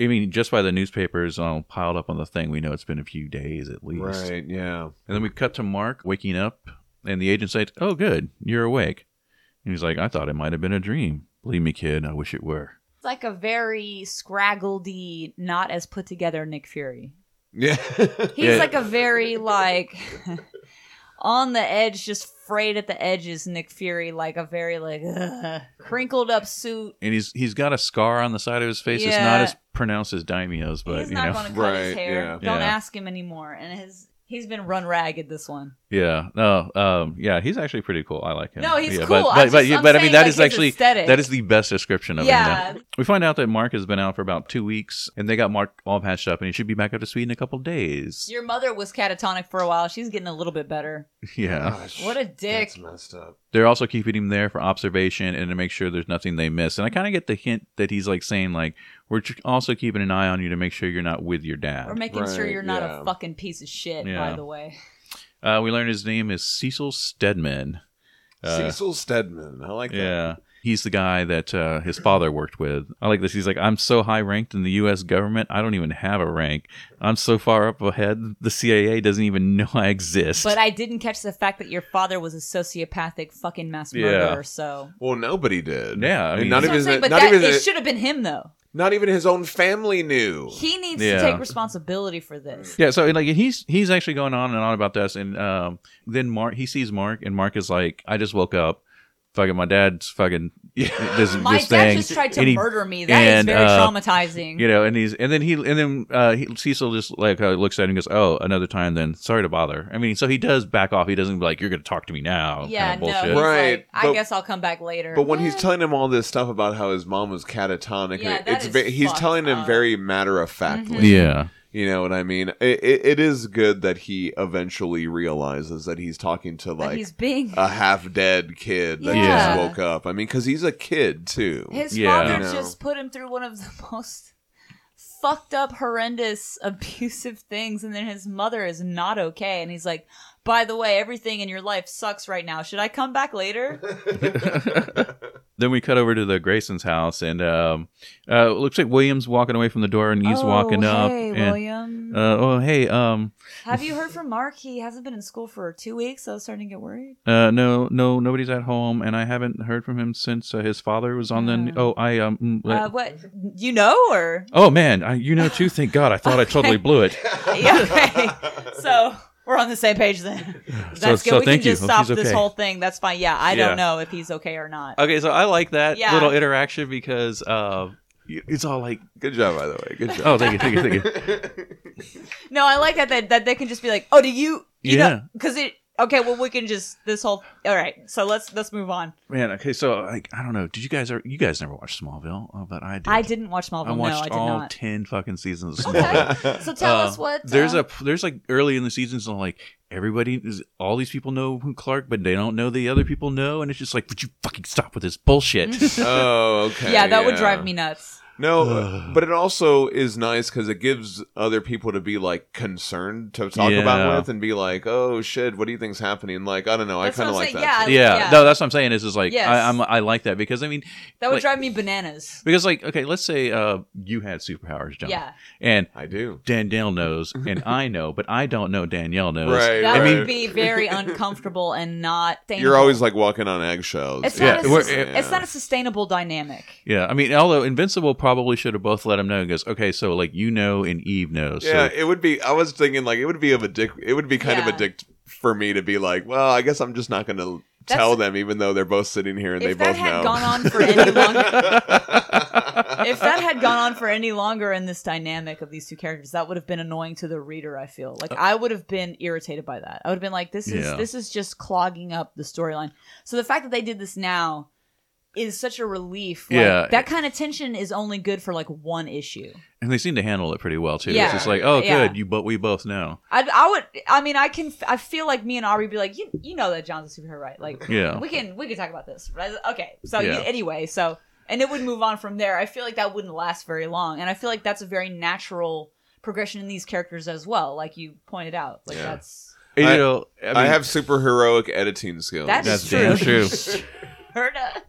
Speaker 3: I mean, just by the newspapers um, piled up on the thing, we know it's been a few days at least.
Speaker 1: Right. Yeah.
Speaker 3: And then we cut to Mark waking up, and the agent says, "Oh, good, you're awake." And he's like, "I thought it might have been a dream. Believe me, kid, I wish it were."
Speaker 2: It's like a very scraggledy, not as put together Nick Fury.
Speaker 1: Yeah.
Speaker 2: He's
Speaker 3: Yeah.
Speaker 2: like a very like on the edge, just frayed at the edges Nick Fury, like a very like ugh, crinkled up suit.
Speaker 3: and he's he's got a scar on the side of his face. It's
Speaker 2: Yeah.
Speaker 3: not as pronounced as Daimyo's, but
Speaker 2: he's
Speaker 3: you
Speaker 2: not
Speaker 3: know,
Speaker 2: going to cut his
Speaker 1: Right,
Speaker 2: hair.
Speaker 1: yeah.
Speaker 2: Don't
Speaker 3: Yeah.
Speaker 2: ask him anymore. And his he's been run ragged this one.
Speaker 3: yeah, no, um, yeah, he's actually pretty cool. I like him.
Speaker 2: No, he's
Speaker 3: yeah,
Speaker 2: cool. I'm
Speaker 3: But but,
Speaker 2: just-
Speaker 3: but,
Speaker 2: I'm
Speaker 3: but I mean
Speaker 2: saying,
Speaker 3: that
Speaker 2: like,
Speaker 3: is
Speaker 2: his
Speaker 3: actually
Speaker 2: aesthetic.
Speaker 3: that is the best description of him. now.
Speaker 2: Yeah,
Speaker 3: We find out that Mark has been out for about two weeks, and they got Mark all patched up, and he should be back up to speed in a couple days.
Speaker 2: your mother was catatonic for a while. She's getting a little bit better.
Speaker 3: Yeah,
Speaker 1: Gosh,
Speaker 2: What a dick.
Speaker 1: That's messed up.
Speaker 3: they're also keeping him there for observation and to make sure there's nothing they miss. And I kind of get the hint that he's like saying like, "We're tr- also keeping an eye on you to make sure you're not with your dad."
Speaker 2: We're making sure
Speaker 1: Right,
Speaker 2: you're not
Speaker 1: yeah.
Speaker 2: a fucking piece of shit.
Speaker 3: Yeah.
Speaker 2: By the way,
Speaker 3: Uh, we learn his name is Cecil Stedman. Uh,
Speaker 1: Cecil Stedman. I like that.
Speaker 3: Yeah. He's the guy that uh, his father worked with. I like this. He's like, I'm so high ranked in the U.S. government, I don't even have a rank. I'm so far up ahead, the CIA doesn't even know I exist.
Speaker 2: but I didn't catch the fact that your father was a sociopathic fucking mass
Speaker 3: Yeah.
Speaker 2: murderer. So.
Speaker 1: Well, nobody did.
Speaker 3: Yeah, I
Speaker 1: And
Speaker 3: mean-
Speaker 1: not
Speaker 2: That's
Speaker 1: even
Speaker 2: what I'm
Speaker 1: his,
Speaker 2: saying, but
Speaker 1: not
Speaker 2: that,
Speaker 1: even
Speaker 2: it
Speaker 1: his,
Speaker 2: should have been him though.
Speaker 1: not even his own family knew.
Speaker 2: He needs to
Speaker 3: Yeah.
Speaker 2: take responsibility for this.
Speaker 3: yeah, so like he's he's actually going on and on about this, and um, then Mark he sees Mark, and Mark is like, I just woke up, fucking my dad's fucking this,
Speaker 2: My dad
Speaker 3: this thing,
Speaker 2: just tried to
Speaker 3: and he-
Speaker 2: murder me. That is
Speaker 3: and,
Speaker 2: very
Speaker 3: uh,
Speaker 2: traumatizing.
Speaker 3: you know, and he's and then he and then uh, he, Cecil just like uh, looks at him and goes, "Oh, another time then. Sorry to bother." I mean, so he does back off. He doesn't be like, "You're going to talk to me now."
Speaker 2: yeah,
Speaker 3: kind of
Speaker 2: no,
Speaker 3: bullshit.
Speaker 2: he's
Speaker 1: Right,
Speaker 2: like, I
Speaker 1: but-
Speaker 2: guess I'll come back later.
Speaker 1: But when
Speaker 2: Yeah.
Speaker 1: he's telling him all this stuff about how his mom was catatonic,
Speaker 2: Yeah,
Speaker 1: and
Speaker 2: that
Speaker 1: it's
Speaker 2: is
Speaker 1: ve- he's
Speaker 2: fucked
Speaker 1: telling him
Speaker 2: up. Mm-hmm.
Speaker 1: very matter of factly.
Speaker 3: Yeah.
Speaker 1: You know what I mean? It, it, it is good that he eventually realizes that he's talking to
Speaker 2: But
Speaker 1: like uh,
Speaker 2: he's being
Speaker 1: a half dead kid that
Speaker 3: Yeah.
Speaker 1: just woke up. I mean, because he's a kid too.
Speaker 2: his
Speaker 3: Yeah.
Speaker 2: father
Speaker 1: You know.
Speaker 2: just put him through one of the most fucked up, horrendous, abusive things, and then his mother is not okay, and he's like, "By the way, everything in your life sucks right now. Should I come back later?"
Speaker 3: Then we cut over to the Grayson's house, and um, uh, it looks like Williams walking away from the door, and he's
Speaker 2: oh,
Speaker 3: walking up.
Speaker 2: Hey,
Speaker 3: and,
Speaker 2: William.
Speaker 3: Uh, oh, hey, um,
Speaker 2: Have you heard from Mark? He hasn't been in school for two weeks. So I was starting to get worried.
Speaker 3: uh, no, no, nobody's at home, and I haven't heard from him since uh, his father was on the. n-
Speaker 2: Yeah.
Speaker 3: Oh, I um. mm, let-
Speaker 2: Uh, what you know, or
Speaker 3: oh man, I, you know too. Thank God, I thought I totally blew it.
Speaker 2: yeah, okay. so we're on the same page then. That's
Speaker 3: So-
Speaker 2: good.
Speaker 3: so
Speaker 2: we
Speaker 3: thank
Speaker 2: can
Speaker 3: you.
Speaker 2: just
Speaker 3: Hope
Speaker 2: stop
Speaker 3: he's
Speaker 2: this
Speaker 3: okay.
Speaker 2: whole thing. That's fine. Yeah, I
Speaker 3: Yeah.
Speaker 2: don't know if he's okay or not.
Speaker 3: Okay, so I like that
Speaker 2: Yeah.
Speaker 3: little interaction because uh, it's all like,
Speaker 1: Good job, by the way. Good job.
Speaker 3: oh, thank you, thank you, thank you.
Speaker 2: No, I like that, that that they can just be like, oh, do you? you
Speaker 3: Yeah.
Speaker 2: Because it. Okay, well, we can just this whole. All right, so let's let's move on.
Speaker 3: Man, okay, so like, I don't know. Did you guys are you guys never watched Smallville? Oh, but I did.
Speaker 2: I didn't watch Marvel.
Speaker 3: I watched
Speaker 2: no, I did
Speaker 3: all
Speaker 2: not.
Speaker 3: ten fucking seasons of Smallville.
Speaker 2: Okay, so tell
Speaker 3: Uh,
Speaker 2: us what.
Speaker 3: There's
Speaker 2: uh,
Speaker 3: a there's like early in the seasons, and like everybody, is, all these people know who Clark, but they don't know the other people know, and it's just like, would you fucking stop with this bullshit?
Speaker 1: oh, okay.
Speaker 2: Yeah, that would drive me nuts.
Speaker 1: No, uh, but it also is nice because it gives other people to be like concerned to talk
Speaker 3: Yeah.
Speaker 1: about with and be like, "Oh shit, what do you think's happening?" Like, I don't know.
Speaker 2: That's
Speaker 1: I kind of
Speaker 2: what I'm
Speaker 1: like
Speaker 2: saying.
Speaker 1: that.
Speaker 2: Yeah,
Speaker 3: yeah,
Speaker 2: yeah.
Speaker 3: no, that's what I'm saying. Is is like
Speaker 2: Yes.
Speaker 3: I, I'm I like that because I mean
Speaker 2: That would
Speaker 3: like-
Speaker 2: drive me bananas.
Speaker 3: because like okay, let's say uh you had superpowers, John,
Speaker 2: Yeah,
Speaker 3: and
Speaker 1: I do.
Speaker 3: Danielle knows, and I know, but I don't know Danielle knows,
Speaker 1: Right.
Speaker 2: that
Speaker 1: right.
Speaker 2: would be very uncomfortable and not.
Speaker 1: You're
Speaker 2: sustainable.
Speaker 1: always like walking on eggshells.
Speaker 2: It's
Speaker 3: Yeah,
Speaker 2: not.
Speaker 3: we're-
Speaker 2: a, sus- it's not a sustainable dynamic.
Speaker 3: Yeah, I mean, although Invincible probably should have both let him know. And goes, okay, so like you know and Eve knows.
Speaker 1: Yeah,
Speaker 3: so,
Speaker 1: it would be. I was thinking like it would be of a dick. It would be kind of
Speaker 2: Yeah.
Speaker 1: a dick for me to be like, well, I guess I'm just not going to
Speaker 2: That's-
Speaker 1: tell them, even though they're both sitting here and they
Speaker 2: if that
Speaker 1: both
Speaker 2: had
Speaker 1: know.
Speaker 2: gone on for any longer, if that had gone on for any longer in this dynamic of these two characters, that would have been annoying to the reader. I feel like I would have been irritated by that. I would have been like, "This is
Speaker 3: Uh, Yeah.
Speaker 2: this is just clogging up the storyline." So the fact that they did this now is such a relief. Like,
Speaker 3: Yeah.
Speaker 2: that kind of tension is only good for like one issue.
Speaker 3: and they seem to handle it pretty well too.
Speaker 2: Yeah.
Speaker 3: It's just like, oh,
Speaker 2: Yeah.
Speaker 3: good, you but we both know.
Speaker 2: I, I would. I mean, I can. I feel like me and Aubrey be like, you. You know that John's a superhero, right? Like,
Speaker 3: Yeah.
Speaker 2: we can we can talk about this. Right? Okay. So
Speaker 3: Yeah.
Speaker 2: you, anyway, so and it would move on from there. I feel like that wouldn't last very long, and I feel like that's a very natural progression in these characters as well. Like you pointed out, like that's
Speaker 3: You
Speaker 1: I-
Speaker 3: know, I, mean,
Speaker 1: I have super heroic editing skills.
Speaker 2: That is
Speaker 3: Oh, that's
Speaker 2: true.
Speaker 3: damn true.
Speaker 2: hurt us.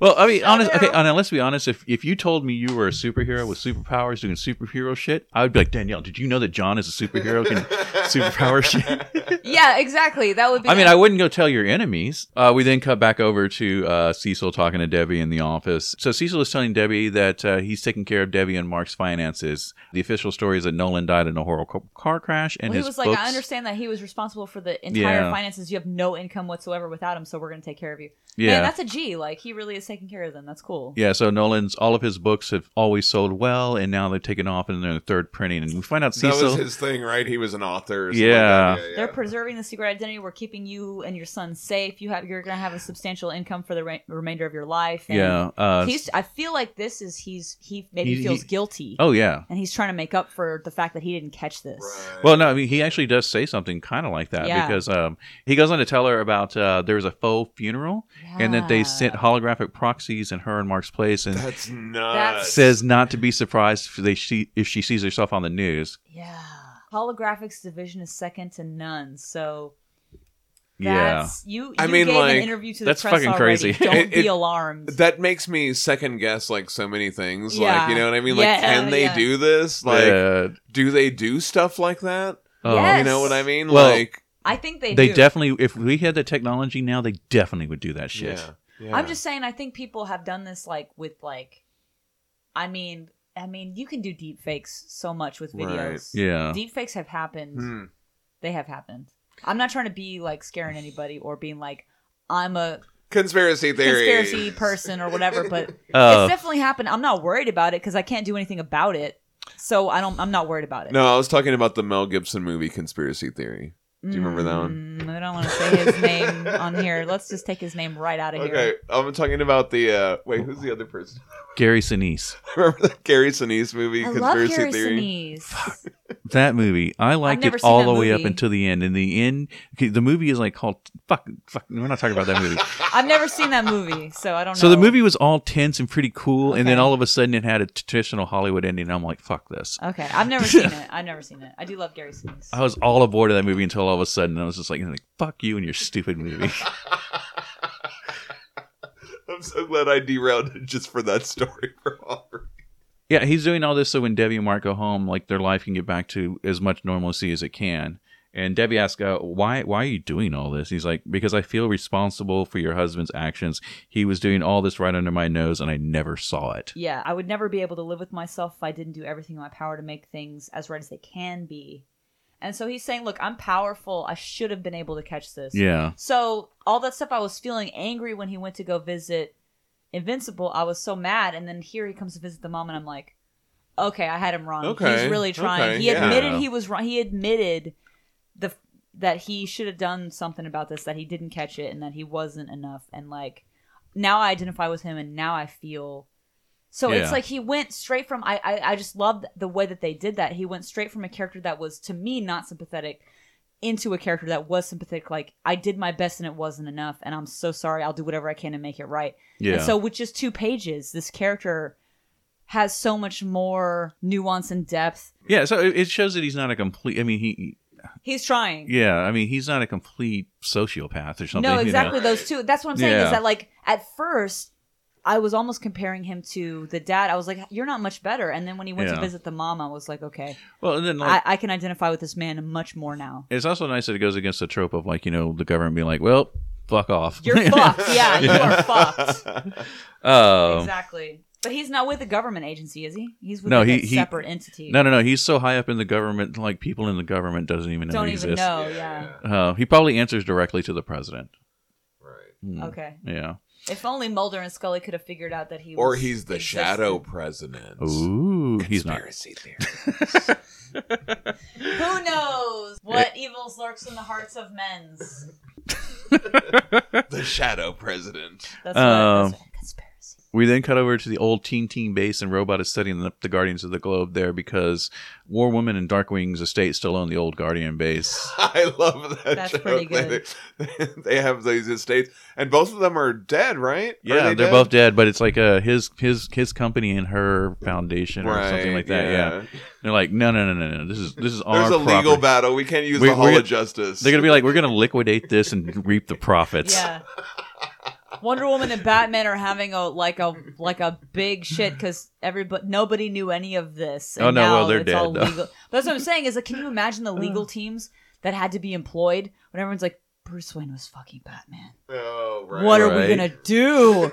Speaker 3: Well, I mean, honest.
Speaker 2: know.
Speaker 3: Okay, and let's be honest. If if you told me you were a superhero with superpowers doing superhero shit, I would be like Danielle. Did you know that John is a superhero doing superpower shit?
Speaker 2: yeah, exactly. That would be.
Speaker 3: I mean, I wouldn't go tell your enemies. Uh, we then cut back over to uh, Cecil talking to Debbie in the office. So Cecil is telling Debbie that uh, he's taking care of Debbie and Mark's finances. The official story is that Nolan died in a horrible car crash, and
Speaker 2: Well, he
Speaker 3: his
Speaker 2: was like,
Speaker 3: books-
Speaker 2: I understand that he was responsible for the entire
Speaker 3: Yeah.
Speaker 2: finances. You have no income whatsoever without him, so we're going to take care of you.
Speaker 3: Yeah.
Speaker 2: Man, that's a G. Like, he really is taking care of them. That's cool.
Speaker 3: Yeah, so Nolan's all of his books have always sold well, and now they're taken off and they're in the third printing, and we find out
Speaker 1: That
Speaker 3: Cecil.
Speaker 1: was his thing, right? He was an author. or something
Speaker 3: Yeah.
Speaker 1: like that.
Speaker 2: They're preserving the secret identity. We're keeping you and your son safe. You have you're gonna have a substantial income for the re- remainder of your life. And
Speaker 3: yeah. Uh,
Speaker 2: he's. I feel like this is he's he maybe
Speaker 3: He-
Speaker 2: feels
Speaker 3: he-
Speaker 2: guilty,
Speaker 3: oh yeah.
Speaker 2: and he's trying to make up for the fact that he didn't catch this.
Speaker 1: Right.
Speaker 3: Well, no, I mean he actually does say something kind of like that
Speaker 2: Yeah.
Speaker 3: because um, he goes on to tell her about uh, there was a faux funeral and that they
Speaker 2: Yeah.
Speaker 3: sent holographic proxies in her and Mark's place, and
Speaker 1: that's nuts.
Speaker 3: says not to be surprised if they see if she sees herself on the news.
Speaker 2: Yeah, holographics division is second to none. So
Speaker 3: yeah.
Speaker 2: That's, you, you
Speaker 1: I mean,
Speaker 2: gave
Speaker 1: like,
Speaker 2: an interview to the
Speaker 3: that's
Speaker 2: press
Speaker 3: fucking
Speaker 2: already.
Speaker 3: crazy.
Speaker 2: Don't
Speaker 1: It- it-
Speaker 2: be alarmed.
Speaker 1: that makes me second guess like so many things. Like
Speaker 2: Yeah.
Speaker 1: you know what I mean? Like
Speaker 2: Yeah,
Speaker 1: can they
Speaker 2: yeah.
Speaker 1: do this? Like
Speaker 3: Yeah.
Speaker 1: do they do stuff like that?
Speaker 3: Oh.
Speaker 2: Yes.
Speaker 1: You know what I mean?
Speaker 3: Well,
Speaker 1: like
Speaker 2: I think they,
Speaker 3: They
Speaker 2: do.
Speaker 3: definitely, if we had the technology now, they definitely would do that shit.
Speaker 1: yeah,
Speaker 2: I'm just saying. I think people have done this like with like, I mean, I mean, you can do deep fakes so much with
Speaker 1: Right.
Speaker 2: videos.
Speaker 3: Yeah.
Speaker 2: deep fakes have happened.
Speaker 1: Hmm.
Speaker 2: They have happened. I'm not trying to be like scaring anybody or being like I'm a
Speaker 1: conspiracy theory.
Speaker 2: conspiracy person or whatever, but
Speaker 3: Uh,
Speaker 2: it's definitely happened. I'm not worried about it because I can't do anything about it. So I don't. I'm not worried about it.
Speaker 1: No, I was talking about the Mel Gibson movie Conspiracy Theory. Do you remember that one?
Speaker 2: Mm, I don't want to say his name on here. Let's just take his name right out of
Speaker 1: Okay,
Speaker 2: here.
Speaker 1: I'm talking about the uh wait, who's the other person?
Speaker 3: Gary Sinise.
Speaker 1: Remember the Gary Sinise movie
Speaker 2: I love
Speaker 1: Conspiracy
Speaker 2: Gary
Speaker 1: Theory?
Speaker 2: Sinise.
Speaker 3: That movie, I liked
Speaker 2: never
Speaker 3: it
Speaker 2: seen
Speaker 3: all
Speaker 2: that
Speaker 3: the way up
Speaker 2: movie.
Speaker 3: until the end. In the end, okay, the movie is like called fuck. fuck we're not talking about that movie.
Speaker 2: I've never seen that movie, so I don't know.
Speaker 3: so the movie was all tense and pretty cool, and then
Speaker 2: Okay.
Speaker 3: all of a sudden it had a traditional Hollywood ending. And I'm like, fuck this.
Speaker 2: Okay, I've never seen it. I've never seen it. I do love Gary Sinise.
Speaker 3: I was all aboard of that movie until all of a sudden I was just like, like fuck you and your stupid movie.
Speaker 1: I'm so glad I derailed it just for that story for Aubrey.
Speaker 3: yeah, he's doing all this so when Debbie and Mark go home, like their life can get back to as much normalcy as it can. And Debbie asks, uh, "Why? Why are you doing all this?" He's like, "Because I feel responsible for your husband's actions. He was doing all this right under my nose, and I never saw it."
Speaker 2: Yeah, I would never be able to live with myself if I didn't do everything in my power to make things as right as they can be. And so he's saying, look, I'm powerful. I should have been able to catch this.
Speaker 3: Yeah.
Speaker 2: So all that stuff I was feeling angry when he went to go visit Invincible, I was so mad, and then here he comes to visit the mom, and I'm like, okay, I had him wrong.
Speaker 1: Okay,
Speaker 2: He's really trying.
Speaker 1: okay,
Speaker 2: he admitted
Speaker 3: yeah.
Speaker 2: he was wrong. He admitted the that he should have done something about this, that he didn't catch it, and that he wasn't enough. And like now I identify with him, and now I feel. So
Speaker 3: Yeah.
Speaker 2: it's like he went straight from I, I I just loved the way that they did that. He went straight from a character that was to me not sympathetic into a character that was sympathetic like i did my best and it wasn't enough and i'm so sorry i'll do whatever i can to make it right
Speaker 3: Yeah.
Speaker 2: and so with just two pages this character has so much more nuance and depth
Speaker 3: Yeah, so it it shows that he's not a complete. I mean, he.
Speaker 2: he's trying
Speaker 3: Yeah, I mean, he's not a complete sociopath or something.
Speaker 2: no
Speaker 3: you know?
Speaker 2: exactly those two that's what i'm saying
Speaker 3: Yeah.
Speaker 2: is that like at first i was almost comparing him to the dad i was like you're not much better and then when he went
Speaker 3: Yeah.
Speaker 2: to visit the mom i was like okay
Speaker 3: Well, and then like,
Speaker 2: I-, I can identify with this man much more now
Speaker 3: it's also nice that it goes against the trope of like you know the government being like, well, fuck off.
Speaker 2: you're fucked yeah you are fucked
Speaker 3: Um,
Speaker 2: Exactly. But he's not with a government agency, is he? He's with
Speaker 3: No,
Speaker 2: like,
Speaker 3: he-
Speaker 2: a
Speaker 3: he-
Speaker 2: separate entity.
Speaker 3: No, no, no. He's so high up in the government, like people in the government doesn't even know
Speaker 2: Don't
Speaker 3: he
Speaker 2: even
Speaker 3: exists.
Speaker 2: know. Oh, Yeah.
Speaker 3: Uh, he probably answers directly to the president.
Speaker 1: Right.
Speaker 3: Hmm.
Speaker 2: Okay.
Speaker 3: Yeah.
Speaker 2: If only Mulder and Scully could have figured out that he
Speaker 1: Or
Speaker 2: was
Speaker 1: he's the
Speaker 2: existed.
Speaker 1: shadow president.
Speaker 3: Ooh, he's not.
Speaker 1: Conspiracy theory.
Speaker 2: Who knows what
Speaker 3: Eh.
Speaker 2: evils lurks in the hearts of men's?
Speaker 1: the shadow president.
Speaker 2: That's what,
Speaker 3: Um,
Speaker 2: that's what conspiracy.
Speaker 3: We then cut over to the old Teen Team base, and Robot is setting up the Guardians of the Globe there because War Woman and Darkwing's estate still own the old Guardian base.
Speaker 1: I love that.
Speaker 2: That's
Speaker 1: joke.
Speaker 2: pretty good.
Speaker 1: They, they have these estates, and both of them are dead, right? Are
Speaker 3: Yeah,
Speaker 1: they
Speaker 3: they are both dead, but it's like uh, his his his company and her foundation or something like that. Yeah. they're like, no, no, no, no, no. This is this is our
Speaker 1: There's a legal
Speaker 3: property."
Speaker 1: battle. We can't use
Speaker 3: We-
Speaker 1: the Hall
Speaker 3: we're-
Speaker 1: of Justice.
Speaker 3: They're gonna be like, we're gonna liquidate this and reap the profits.
Speaker 2: Yeah. Wonder Woman and Batman are having a like a like a big shit because everybody nobody knew any of this. and
Speaker 3: Oh, no,
Speaker 2: now
Speaker 3: well, they're
Speaker 2: it's all
Speaker 3: dead, though.
Speaker 2: legal. That's what I'm saying. Is like, can you imagine the legal teams that had to be employed when everyone's like, Bruce Wayne was fucking Batman.
Speaker 1: Oh, right.
Speaker 2: What are we
Speaker 3: Right.
Speaker 2: gonna do?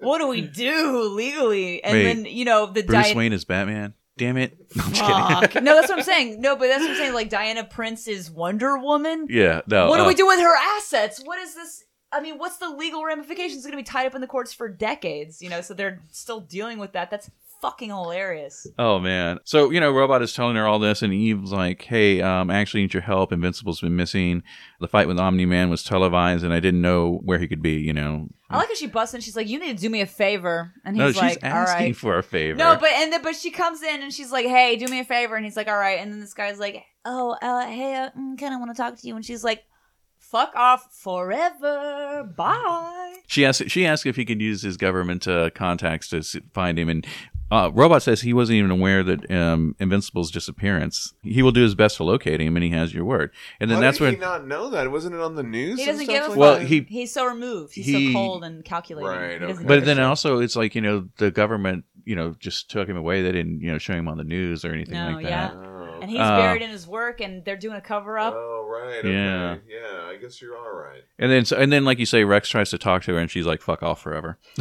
Speaker 2: what do we do legally? And
Speaker 3: Wait,
Speaker 2: then you know the
Speaker 3: Bruce
Speaker 2: diet.
Speaker 3: Wayne is Batman. Damn it. No, I'm just kidding.
Speaker 2: Fuck. no, that's what I'm saying. No, but that's what I'm saying. Like Diana Prince is Wonder Woman.
Speaker 3: Yeah, no.
Speaker 2: what do
Speaker 3: uh,
Speaker 2: we do with her assets? What is this? I mean, what's the legal ramifications? It's going to be tied up in the courts for decades, you know. So they're still dealing with that. That's fucking hilarious.
Speaker 3: Oh man. So, you know, Robot is telling her all this and Eve's like, Hey, um, I actually need your help. Invincible's been missing. The fight with Omni Man was televised and I didn't know where he could be, you know.
Speaker 2: I like how she busts in. She's like, "You need to do me a favor," and he's
Speaker 3: no, she's
Speaker 2: like, "All
Speaker 3: asking
Speaker 2: right."
Speaker 3: for a favor.
Speaker 2: No, but and then but she comes in and she's like, "Hey, do me a favor," and he's like, "All right." And then this guy's like, "Oh, uh, hey, uh, kind of want to talk to you," and she's like, "Fuck off forever, bye."
Speaker 3: She asked. She asked if he could use his government uh, contacts to s- find him, and uh, Robot says he wasn't even aware that um, Invincible's disappearance. He will do his best to locate him, and he has your word. And then
Speaker 1: How
Speaker 3: that's
Speaker 1: did
Speaker 3: when
Speaker 1: he not know that? Wasn't it on the news?
Speaker 2: He
Speaker 1: and
Speaker 2: doesn't
Speaker 1: stuff
Speaker 2: give
Speaker 1: like
Speaker 2: a fuck.
Speaker 3: Well,
Speaker 1: that?
Speaker 3: he-
Speaker 2: he's so removed. He's
Speaker 3: he-
Speaker 2: so cold and calculating.
Speaker 1: Right,
Speaker 2: He doesn't
Speaker 1: okay.
Speaker 2: give a
Speaker 3: But then uh,
Speaker 2: shit.
Speaker 3: also, it's like you know, the government, you know, just took him away. They didn't, you know, show him on the news or anything
Speaker 2: No,
Speaker 3: like that.
Speaker 1: Oh,
Speaker 2: yeah. And
Speaker 1: okay.
Speaker 2: he's
Speaker 3: Uh,
Speaker 2: buried in his work, and they're doing a cover up.
Speaker 1: oh, right. Okay.
Speaker 3: Yeah.
Speaker 1: Yeah. Yeah. I guess you're all right.
Speaker 3: And then, so, and then, like you say, Rex tries to talk to her, and she's like, "Fuck off forever."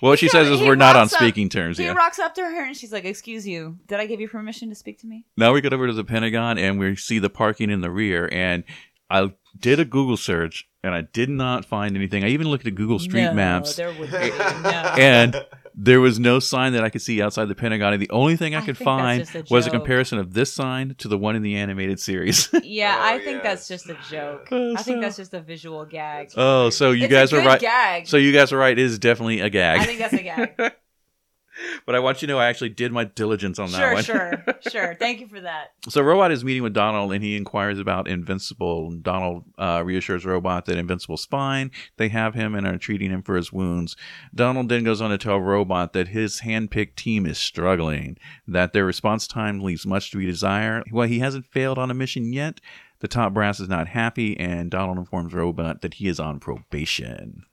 Speaker 3: what she
Speaker 2: Yeah,
Speaker 3: says is,
Speaker 2: he
Speaker 3: "We're not on
Speaker 2: walks up-
Speaker 3: speaking terms."
Speaker 2: he
Speaker 3: yeah.
Speaker 2: rocks up to her, and she's like, "Excuse you, did I give you permission to speak to me?"
Speaker 3: now we get over to the Pentagon and we see the parking in the rear. And I did a Google search and I did not find anything. I even looked at Google Street
Speaker 2: No,
Speaker 3: Maps.
Speaker 2: There would be no.
Speaker 3: And there was no sign that I could see outside the Pentagon. And the only thing
Speaker 2: I
Speaker 3: I, could
Speaker 2: think that's
Speaker 3: find
Speaker 2: just a
Speaker 3: was a
Speaker 2: joke.
Speaker 3: comparison of this sign to the one in the animated series.
Speaker 2: yeah,
Speaker 1: Oh,
Speaker 2: I think
Speaker 1: yeah.
Speaker 2: that's just a joke. I think that's just a visual gag.
Speaker 3: oh, so you
Speaker 2: It's
Speaker 3: guys
Speaker 2: a
Speaker 3: are
Speaker 2: good
Speaker 3: right.
Speaker 2: Gag.
Speaker 3: So you guys are right. It is definitely a gag.
Speaker 2: I think that's a gag.
Speaker 3: but I want you to know I actually did my diligence on that
Speaker 2: sure,
Speaker 3: one.
Speaker 2: sure, sure. Thank you for that.
Speaker 3: So Robot is meeting with Donald and he inquires about Invincible. Donald uh, reassures Robot that Invincible's fine. They have him and are treating him for his wounds. Donald then goes on to tell Robot that his handpicked team is struggling, that their response time leaves much to be desired. Well, he hasn't failed on a mission yet. The top brass is not happy, and Donald informs Robot that he is on probation.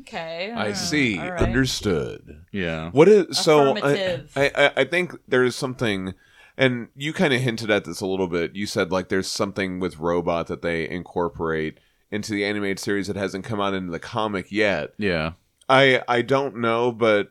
Speaker 2: Okay.
Speaker 1: I
Speaker 2: uh,
Speaker 1: see.
Speaker 2: all right.
Speaker 1: Understood.
Speaker 3: Yeah.
Speaker 1: What is so? I,
Speaker 2: Affirmative.
Speaker 1: I I- I think there is something, and you kind of hinted at this a little bit. You said like there's something with robot that they incorporate into the animated series that hasn't come out into the comic yet.
Speaker 3: Yeah.
Speaker 1: I I don't know, but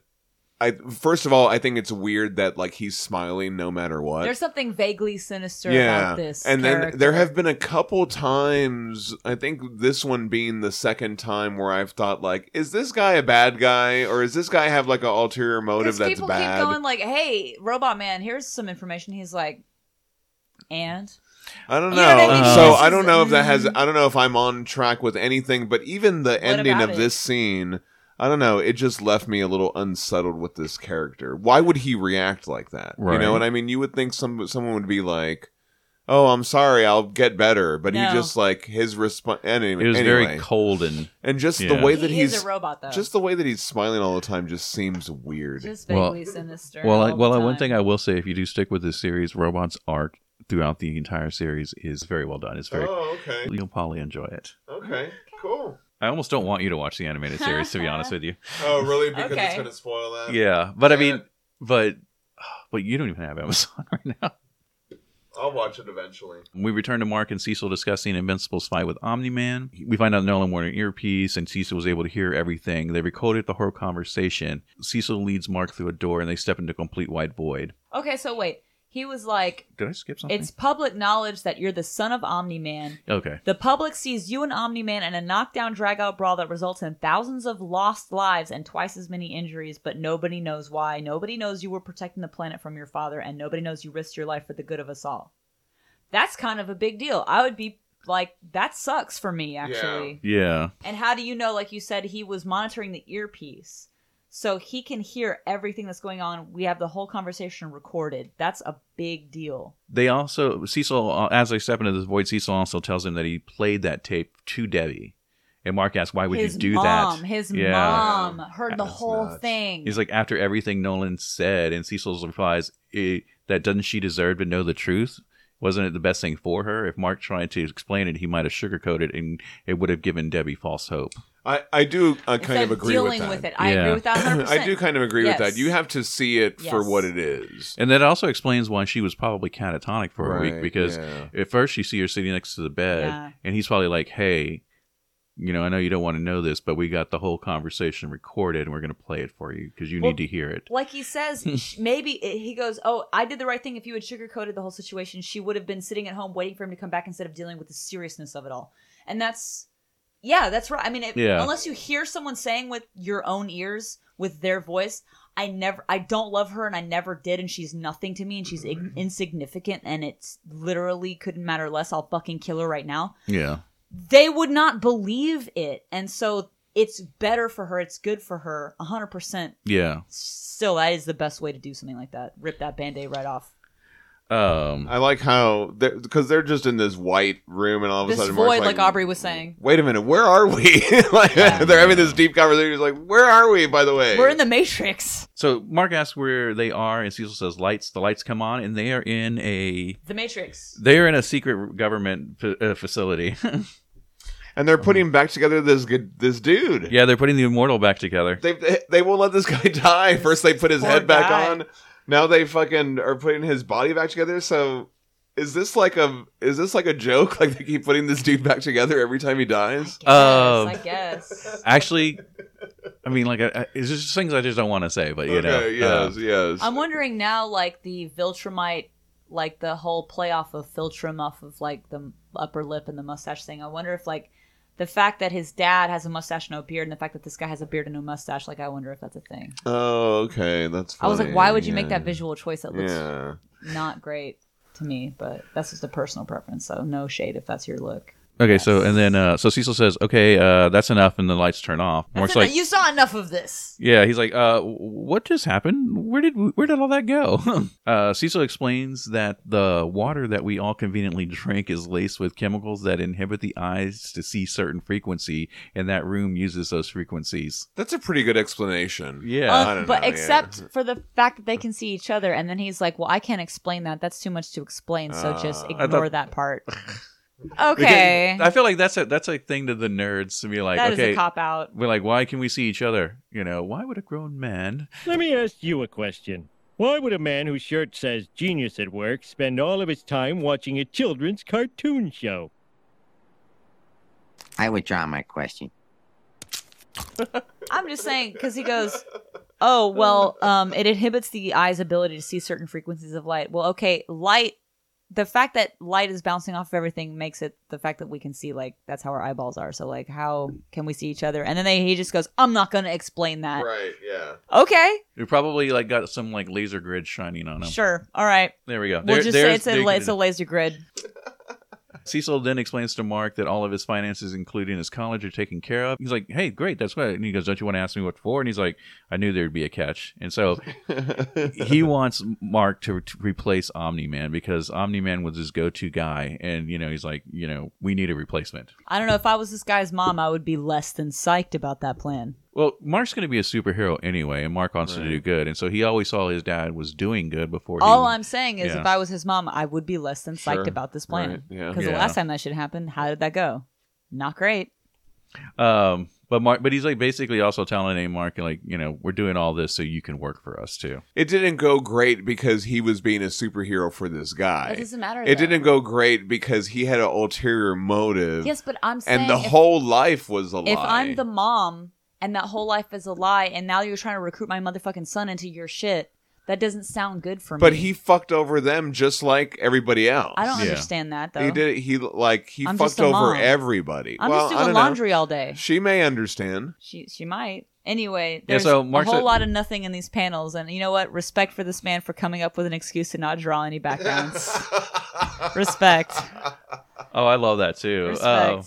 Speaker 1: I first of all I think it's weird that like he's smiling no matter what.
Speaker 2: There's something vaguely sinister about this.
Speaker 1: And
Speaker 2: character.
Speaker 1: then there have been a couple times, I think this one being the second time where I've thought like, is this guy a bad guy or is this guy have like an ulterior motive
Speaker 2: Because
Speaker 1: that's
Speaker 2: people
Speaker 1: bad?
Speaker 2: keep going like, "Hey, Robot Man, here's some information." He's like, "And
Speaker 1: I don't
Speaker 2: You
Speaker 1: know.
Speaker 2: know what
Speaker 3: I Uh-huh. mean?
Speaker 1: So
Speaker 3: This
Speaker 1: I
Speaker 2: is-
Speaker 1: don't know if that has
Speaker 2: mm.
Speaker 1: I don't know if I'm on track with anything, but even the ending
Speaker 2: about
Speaker 1: of
Speaker 2: it?
Speaker 1: this scene, I don't know, it just left me a little unsettled with this character. Why would he react like that? You
Speaker 3: Right.
Speaker 1: know what I mean? You would think some someone would be like, "Oh, I'm sorry, I'll get better," but
Speaker 2: No.
Speaker 1: he just like his response anyway.
Speaker 3: It was very
Speaker 1: anyway.
Speaker 3: cold and.
Speaker 1: and just
Speaker 3: Yeah.
Speaker 1: the way
Speaker 2: he
Speaker 1: that
Speaker 2: is
Speaker 1: he's
Speaker 2: a robot, though."
Speaker 1: just the way that he's smiling all the time just seems weird.
Speaker 2: Just
Speaker 3: Well-
Speaker 2: vaguely sinister.
Speaker 3: Well, I,
Speaker 2: all
Speaker 3: well,
Speaker 2: the
Speaker 3: I- one
Speaker 2: time.
Speaker 3: thing I will say, if you do stick with this series, Robot's art throughout the entire series is very well done. It's very
Speaker 1: oh, okay,
Speaker 3: you'll probably enjoy it.
Speaker 1: okay, cool.
Speaker 3: I almost don't want you to watch the animated series, to be honest with you.
Speaker 1: Oh, really?
Speaker 2: Because it's Okay. gonna
Speaker 1: spoil that.
Speaker 3: Yeah, but I
Speaker 1: Uh, Yeah.
Speaker 3: mean, but but you don't even have Amazon right now.
Speaker 1: I'll watch it eventually.
Speaker 3: We return to Mark and Cecil discussing Invincible's fight with Omni Man. We find out Nolan wore an earpiece, and Cecil was able to hear everything. They recorded the whole conversation. Cecil leads Mark through a door, and they step into a complete white void.
Speaker 2: Okay, so wait. He was like,
Speaker 3: Did I skip something?
Speaker 2: "It's public knowledge that you're the son of Omni Man."
Speaker 3: okay.
Speaker 2: The public sees you and Omni Man in a knockdown, dragout brawl that results in thousands of lost lives and twice as many injuries, but nobody knows why. Nobody knows you were protecting the planet from your father, and nobody knows you risked your life for the good of us all. That's kind of a big deal. I would be like, that sucks for me, actually.
Speaker 3: Yeah.
Speaker 2: And how do you know, like you said, he was monitoring the earpiece? So he can hear everything that's going on. We have the whole conversation recorded. That's a big deal.
Speaker 3: They also Cecil, uh, as they step into this void, Cecil also tells him that he played that tape to Debbie, and Mark asks, "Why would
Speaker 2: his
Speaker 3: you do
Speaker 2: mom,
Speaker 3: that?"
Speaker 2: His
Speaker 3: Yeah.
Speaker 2: mom heard the
Speaker 1: That's
Speaker 2: whole
Speaker 1: nuts.
Speaker 2: thing.
Speaker 3: He's like, after everything Nolan said, and Cecil replies, "Eh, "That doesn't she deserve to know the truth? Wasn't it the best thing for her? If Mark tried to explain it, he might have sugarcoated, and it would have given Debbie false hope."
Speaker 1: I, I do uh, kind
Speaker 2: Instead
Speaker 1: of agree
Speaker 2: dealing
Speaker 1: with that.
Speaker 2: with it. I
Speaker 3: Yeah.
Speaker 2: agree with that 100%.
Speaker 1: I do kind of agree with
Speaker 2: Yes.
Speaker 1: that. You have to see it for
Speaker 2: Yes.
Speaker 1: what it is.
Speaker 3: And that also explains why she was probably catatonic for a week
Speaker 1: Right,
Speaker 3: because
Speaker 1: yeah.
Speaker 3: at first you see her sitting next to the bed
Speaker 2: Yeah.
Speaker 3: and he's probably like, "Hey, you know, I know you don't want to know this, but we got the whole conversation recorded and we're going to play it for you because you
Speaker 2: Well-
Speaker 3: need to hear it."
Speaker 2: like he says, sh- maybe it, he goes, "Oh, I did the right thing. If you had sugarcoated the whole situation, she would have been sitting at home waiting for him to come back instead of dealing with the seriousness of it all." And that's, yeah, that's right. I mean, it,
Speaker 3: Yeah.
Speaker 2: unless you hear someone saying with your own ears, with their voice, "I never, I don't love her, and I never did, and she's nothing to me, and she's ig- insignificant, and it's literally couldn't matter less. I'll fucking kill her right now."
Speaker 3: Yeah.
Speaker 2: they would not believe it. And so it's better for her. It's good for her. 100%.
Speaker 3: Yeah.
Speaker 2: Still, that is the best way to do something like that. Rip that band aid right off.
Speaker 3: Um
Speaker 1: I like how because they're, just in this white room, and all of a
Speaker 2: This
Speaker 1: sudden,
Speaker 2: void,
Speaker 1: Mark's
Speaker 2: like, Aubrey was saying.
Speaker 1: Wait a minute, where are we? like
Speaker 2: Yeah.
Speaker 1: they're having this deep conversation. He's like, where are we? By the way,
Speaker 2: We're in the Matrix.
Speaker 3: so Mark asks where they are and Cecil says lights, the lights come on and they are in a
Speaker 2: The Matrix.
Speaker 3: they are in a secret government fa- uh, facility.
Speaker 1: and they're putting back together this good this dude.
Speaker 3: yeah, they're putting the immortal back together.
Speaker 1: They, they they won't let this guy die. First they put his
Speaker 2: Poor
Speaker 1: head back
Speaker 2: guy.
Speaker 1: on. Now they fucking are putting his body back together. So is this like a is this like a joke? Like they keep putting this dude back together every time he dies.
Speaker 2: Yes,
Speaker 3: Um,
Speaker 2: I guess.
Speaker 3: Actually, I mean, like, I, I, it's just things I just don't want to say, but you know, uh,
Speaker 1: yes, yes.
Speaker 2: I'm wondering now, like, the Viltrumite, like, the whole playoff of Viltrum off of, like, the upper lip and the mustache thing. I wonder if, like, the fact that his dad has a mustache, no beard, and the fact that this guy has a beard and no mustache, like, I wonder if that's a thing.
Speaker 1: oh, okay, that's.
Speaker 2: I was like,
Speaker 1: funny.
Speaker 2: why would you
Speaker 1: Yeah.
Speaker 2: make that visual choice that looks
Speaker 1: Yeah.
Speaker 2: not great to me, but that's just a personal preference. So no shade if that's your look.
Speaker 3: okay. So and then uh, so Cecil says, "Okay, uh, that's enough," and the lights turn off. Mark's like,
Speaker 2: you saw enough of this.
Speaker 3: "Yeah." He's like, uh, "What just happened? Where did where did all that go?" uh, Cecil explains that the water that we all conveniently drink is laced with chemicals that inhibit the eyes to see certain frequency, and that room uses those frequencies.
Speaker 1: That's a pretty good explanation.
Speaker 3: Yeah.
Speaker 1: I don't
Speaker 2: Uh, but
Speaker 1: know, yeah.
Speaker 2: except for the fact that they can see each other, and then he's like, "Well, I can't explain that. That's too much to explain. So just
Speaker 1: Uh, I
Speaker 2: ignore
Speaker 3: thought-
Speaker 2: that part." Okay,
Speaker 3: I feel like that's a that's a thing to the nerds to be like,
Speaker 2: that is
Speaker 3: okay,
Speaker 2: a cop out.
Speaker 3: we're like, why can we see each other? You know, why would a grown man?
Speaker 4: Let me ask you a question. Why would a man whose shirt says genius at work spend all of his time watching a children's cartoon show?
Speaker 6: I withdraw my question.
Speaker 2: I'm just saying because he goes, "Oh well, um, it inhibits the eye's ability to see certain frequencies of light." Well, okay, light. The fact that light is bouncing off of everything makes it the fact that we can see like that's how our eyeballs are. So like, how can we see each other? And then they, he just goes, "I'm not going to explain that."
Speaker 1: Right. Yeah.
Speaker 2: Okay,
Speaker 3: You probably like got some like laser grid shining on him.
Speaker 2: sure, all right.
Speaker 3: There we go.
Speaker 2: We'll
Speaker 3: There-
Speaker 2: just say
Speaker 3: there's-
Speaker 2: it's a,
Speaker 3: there-
Speaker 2: la- it's a laser grid.
Speaker 3: Cecil then explains to Mark that all of his finances, including his college, are taken care of. He's like, "Hey, great, that's what." And he goes, "Don't you want to ask me what for?" And he's like, "I knew there'd be a catch." And so he wants Mark to, to replace Omni Man because Omni Man was his go-to guy, and you know he's like, you know, we need a replacement.
Speaker 2: I don't know if I was this guy's mom, I would be less than psyched about that plan.
Speaker 3: Well, Mark's going to be a superhero anyway, and Mark wants to
Speaker 1: Right.
Speaker 3: do good, and so he always saw his dad was doing good before.
Speaker 2: All
Speaker 3: he,
Speaker 2: I'm saying is,
Speaker 3: yeah.
Speaker 2: if I was his mom, I would be less than psyched
Speaker 1: Sure,
Speaker 2: about this plan.
Speaker 1: right, yeah.
Speaker 2: Because
Speaker 3: Yeah.
Speaker 2: the last time that shit happened, how did that go? Not great.
Speaker 3: Um, but Mark, but he's like basically also telling a Mark like you know we're doing all this so you can work for us too.
Speaker 1: It didn't go great because he was being a superhero for this guy.
Speaker 2: It doesn't matter.
Speaker 1: It didn't go great because he had an ulterior motive.
Speaker 2: Yes, but I'm saying
Speaker 1: and the
Speaker 2: if,
Speaker 1: whole life was a lie.
Speaker 2: if I'm the mom and that whole life is a lie, and now you're trying to recruit my motherfucking son into your shit, that doesn't sound good for
Speaker 1: but
Speaker 2: me.
Speaker 1: he fucked over them just like everybody else.
Speaker 2: I don't
Speaker 3: Yeah.
Speaker 2: understand that though.
Speaker 1: He did. He like he
Speaker 2: I'm just
Speaker 1: fucked
Speaker 2: a
Speaker 1: over
Speaker 2: mom.
Speaker 1: everybody.
Speaker 2: I'm
Speaker 1: well,
Speaker 2: just
Speaker 1: I don't
Speaker 2: doing
Speaker 1: know.
Speaker 2: laundry all day.
Speaker 1: She may understand.
Speaker 2: She she might. Anyway, there's
Speaker 3: so
Speaker 2: a
Speaker 3: Mark's
Speaker 2: whole
Speaker 3: a-
Speaker 2: lot of nothing in these panels, and you know what? Respect for this man for coming up with an excuse to not draw any backgrounds. Respect.
Speaker 3: Oh, I love that too.
Speaker 2: Respect.
Speaker 3: Uh,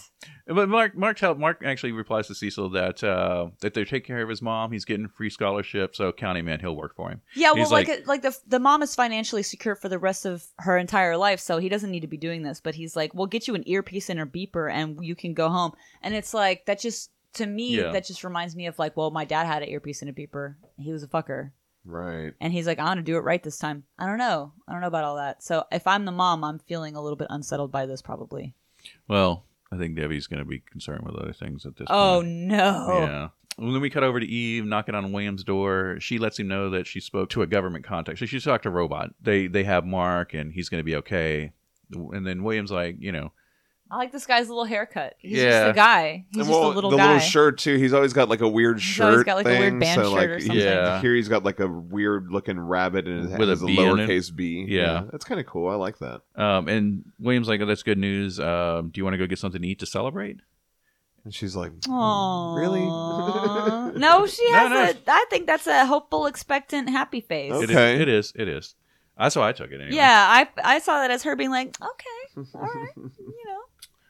Speaker 3: but Mark, Mark, tell, Mark actually replies to Cecil that uh, that they're taking care of his mom. He's getting a free scholarship, so County Man, he'll work for him.
Speaker 2: yeah, well,
Speaker 3: he's
Speaker 2: like
Speaker 3: like-
Speaker 2: like, the the mom is financially secure for the rest of her entire life, so he doesn't need to be doing this. But he's like, "We'll get you an earpiece and a beeper, and you can go home." And it's like that just to me
Speaker 3: Yeah.
Speaker 2: that just reminds me of like, well, my dad had an earpiece and a beeper. He was a fucker.
Speaker 1: Right.
Speaker 2: And he's like, I want to do it right this time. I don't know. I don't know about all that. So if I'm the mom, I'm feeling a little bit unsettled by this, probably.
Speaker 3: Well, I think Debbie's going to be concerned with other things at this
Speaker 2: Oh
Speaker 3: point.
Speaker 2: no.
Speaker 3: Yeah. And then we cut over to Eve knocking on William's door. She lets him know that she spoke to a government contact. So she talked to Robot. They they have Mark and he's going to be okay. And then William's like, you know,
Speaker 2: I like this guy's little haircut. He's
Speaker 3: Yeah.
Speaker 2: just a guy. He's
Speaker 1: And
Speaker 2: just
Speaker 1: well,
Speaker 2: a little
Speaker 1: the
Speaker 2: guy.
Speaker 1: little shirt too. He's always got like a weird
Speaker 2: He's
Speaker 1: shirt.
Speaker 2: always got, like, a
Speaker 1: thing,
Speaker 2: weird band
Speaker 1: so,
Speaker 2: shirt
Speaker 1: like,
Speaker 2: or something.
Speaker 3: Yeah.
Speaker 1: Here he's got like a weird looking rabbit in his head
Speaker 3: With a
Speaker 1: has
Speaker 3: bee in it.
Speaker 1: lowercase b.
Speaker 3: Yeah.
Speaker 1: that's kind of cool. I like that.
Speaker 3: um, and William's like, oh, that's good news. Um, do you want to go get something to eat to celebrate?
Speaker 1: And she's like, "Mm,
Speaker 2: Aw.
Speaker 1: really?
Speaker 2: no, she
Speaker 3: No,
Speaker 2: has
Speaker 3: no.
Speaker 2: a. I think that's a hopeful, expectant, happy face.
Speaker 1: Okay.
Speaker 3: It is. It is. It is. That's how I took it anyway.
Speaker 2: Yeah, I I saw that as her being like, okay, all right, you know,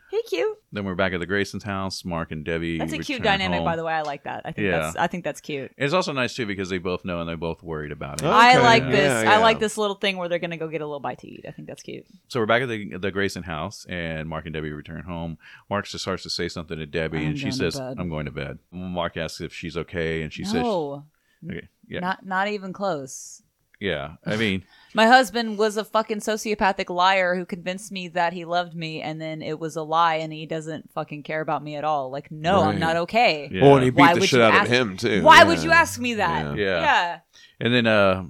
Speaker 2: he cute.
Speaker 3: Then we're back at the Grayson's house. Mark and Debbie.
Speaker 2: That's a cute dynamic, by the way. I like that. I think
Speaker 3: Yeah.
Speaker 2: that's I think that's cute.
Speaker 3: It's also nice too because they both know and they're both worried about it.
Speaker 1: Okay.
Speaker 2: I like
Speaker 3: Yeah,
Speaker 2: this.
Speaker 1: yeah.
Speaker 2: I like this little thing where they're gonna go get a little bite to eat. I think that's cute.
Speaker 3: So we're back at the, the Grayson house, and Mark and Debbie return home. Mark just starts to say something to Debbie,
Speaker 2: I'm
Speaker 3: and she
Speaker 2: going to
Speaker 3: says,
Speaker 2: bed.
Speaker 3: "I'm going to bed." Mark asks if she's okay, and she says,
Speaker 2: no,
Speaker 3: "Okay, yeah,
Speaker 2: not not even close.
Speaker 3: yeah." I mean,
Speaker 2: My husband was a fucking sociopathic liar who convinced me that he loved me, and then it was a lie, and he doesn't fucking care about me at all. Like, no,
Speaker 1: Right.
Speaker 2: I'm not okay.
Speaker 3: yeah.
Speaker 1: Oh, and he beat
Speaker 2: Why
Speaker 1: the
Speaker 2: would
Speaker 1: shit
Speaker 2: you
Speaker 1: out
Speaker 2: ask-
Speaker 1: of him too.
Speaker 2: Why would
Speaker 1: Yeah.
Speaker 2: you ask me that?
Speaker 1: Yeah.
Speaker 3: Yeah.
Speaker 2: yeah.
Speaker 3: and then, uh,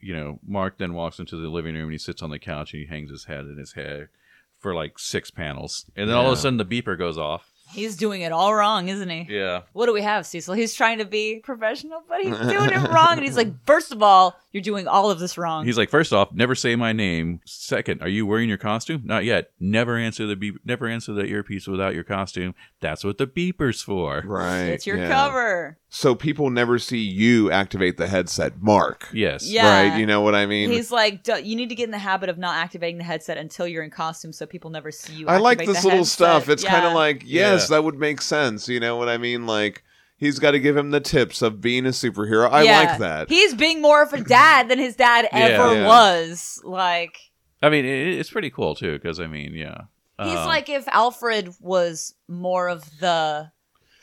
Speaker 3: you know, Mark then walks into the living room and he sits on the couch and he hangs his head in his hair for like six panels, and then all of a
Speaker 1: Yeah.
Speaker 3: sudden the beeper goes off.
Speaker 2: He's doing it all wrong, isn't he?
Speaker 3: Yeah,
Speaker 2: What do we have, Cecil? He's trying to be professional, but he's doing it wrong. And he's like, first of all, you're doing all of this wrong.
Speaker 3: he's like, first off, never say my name. Second, are you wearing your costume? Not yet. Never answer the beep. Never answer the earpiece without your costume. That's what the beeper's for.
Speaker 1: Right.
Speaker 2: it's your
Speaker 1: yeah.
Speaker 2: cover.
Speaker 1: So people never see you activate the headset, Mark.
Speaker 3: Yes.
Speaker 2: Yeah.
Speaker 1: Right. You know what I mean?
Speaker 2: He's like, "Duh, you need to get in the habit of not activating the headset until you're in costume so people never see you.
Speaker 1: I like
Speaker 2: activate
Speaker 1: this
Speaker 2: the
Speaker 1: little
Speaker 2: headset."
Speaker 1: stuff. It's
Speaker 2: Yeah.
Speaker 1: kind of like, yes,
Speaker 3: Yeah.
Speaker 1: that would make sense. You know what I mean? Like, he's got to give him the tips of being a superhero. I
Speaker 2: Yeah.
Speaker 1: like that.
Speaker 2: He's being more of a dad than his dad
Speaker 3: Yeah.
Speaker 2: ever
Speaker 1: Yeah.
Speaker 2: was. Like,
Speaker 3: I mean, it, it's pretty cool too, because I mean, yeah,
Speaker 2: he's
Speaker 3: Um,
Speaker 2: like if Alfred was more of the.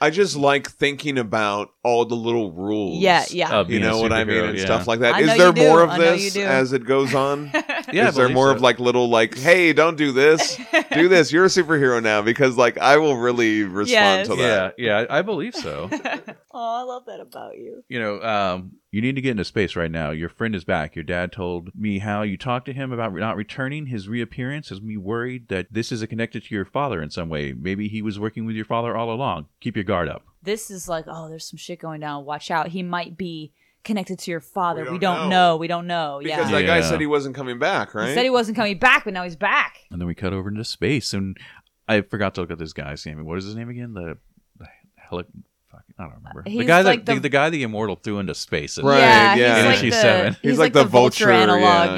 Speaker 1: I just like thinking about all the little rules.
Speaker 2: Yeah, yeah.
Speaker 3: uh,
Speaker 1: You
Speaker 3: being a
Speaker 1: know what I mean?
Speaker 3: superhero,
Speaker 1: And
Speaker 3: yeah.
Speaker 1: stuff like
Speaker 2: I
Speaker 1: that. Is
Speaker 2: know
Speaker 1: there
Speaker 2: you do.
Speaker 1: more of
Speaker 2: I know you
Speaker 1: this
Speaker 2: do.
Speaker 1: as it goes on?
Speaker 3: Yeah, I
Speaker 1: Is there
Speaker 3: believe
Speaker 1: more
Speaker 3: so.
Speaker 1: of like little like, hey, don't do this, do this. You're a superhero now because like I will really respond
Speaker 2: Yes.
Speaker 1: to
Speaker 3: yeah,
Speaker 1: that.
Speaker 3: yeah, I I believe so.
Speaker 2: oh, I love that about you.
Speaker 3: you know, um, you need to get into space right now. Your friend is back. Your dad told me how you talked to him about not returning. His reappearance has me worried that this is connected to your father in some way. Maybe he was working with your father all along. Keep your guard up.
Speaker 2: this is like, oh, there's some shit going down. Watch out. He might be connected to your father.
Speaker 1: We
Speaker 2: We
Speaker 1: don't
Speaker 2: don't,
Speaker 1: know.
Speaker 2: know. We don't know.
Speaker 1: Because
Speaker 2: yeah.
Speaker 1: that guy
Speaker 3: Yeah.
Speaker 1: said he wasn't coming back, right?
Speaker 2: He said he wasn't coming back, but now he's back.
Speaker 3: And then we cut over into space, and I forgot to look at this guy's name. What is his name again? The, the helic. fuck, I don't remember. the
Speaker 2: He's
Speaker 3: guy
Speaker 2: like
Speaker 3: that the,
Speaker 2: the-
Speaker 3: the guy the immortal threw into space.
Speaker 1: Right. yeah.
Speaker 2: He's
Speaker 1: And
Speaker 2: like
Speaker 3: she's
Speaker 2: the,
Speaker 3: seven.
Speaker 2: He's, like, the vulture, analog.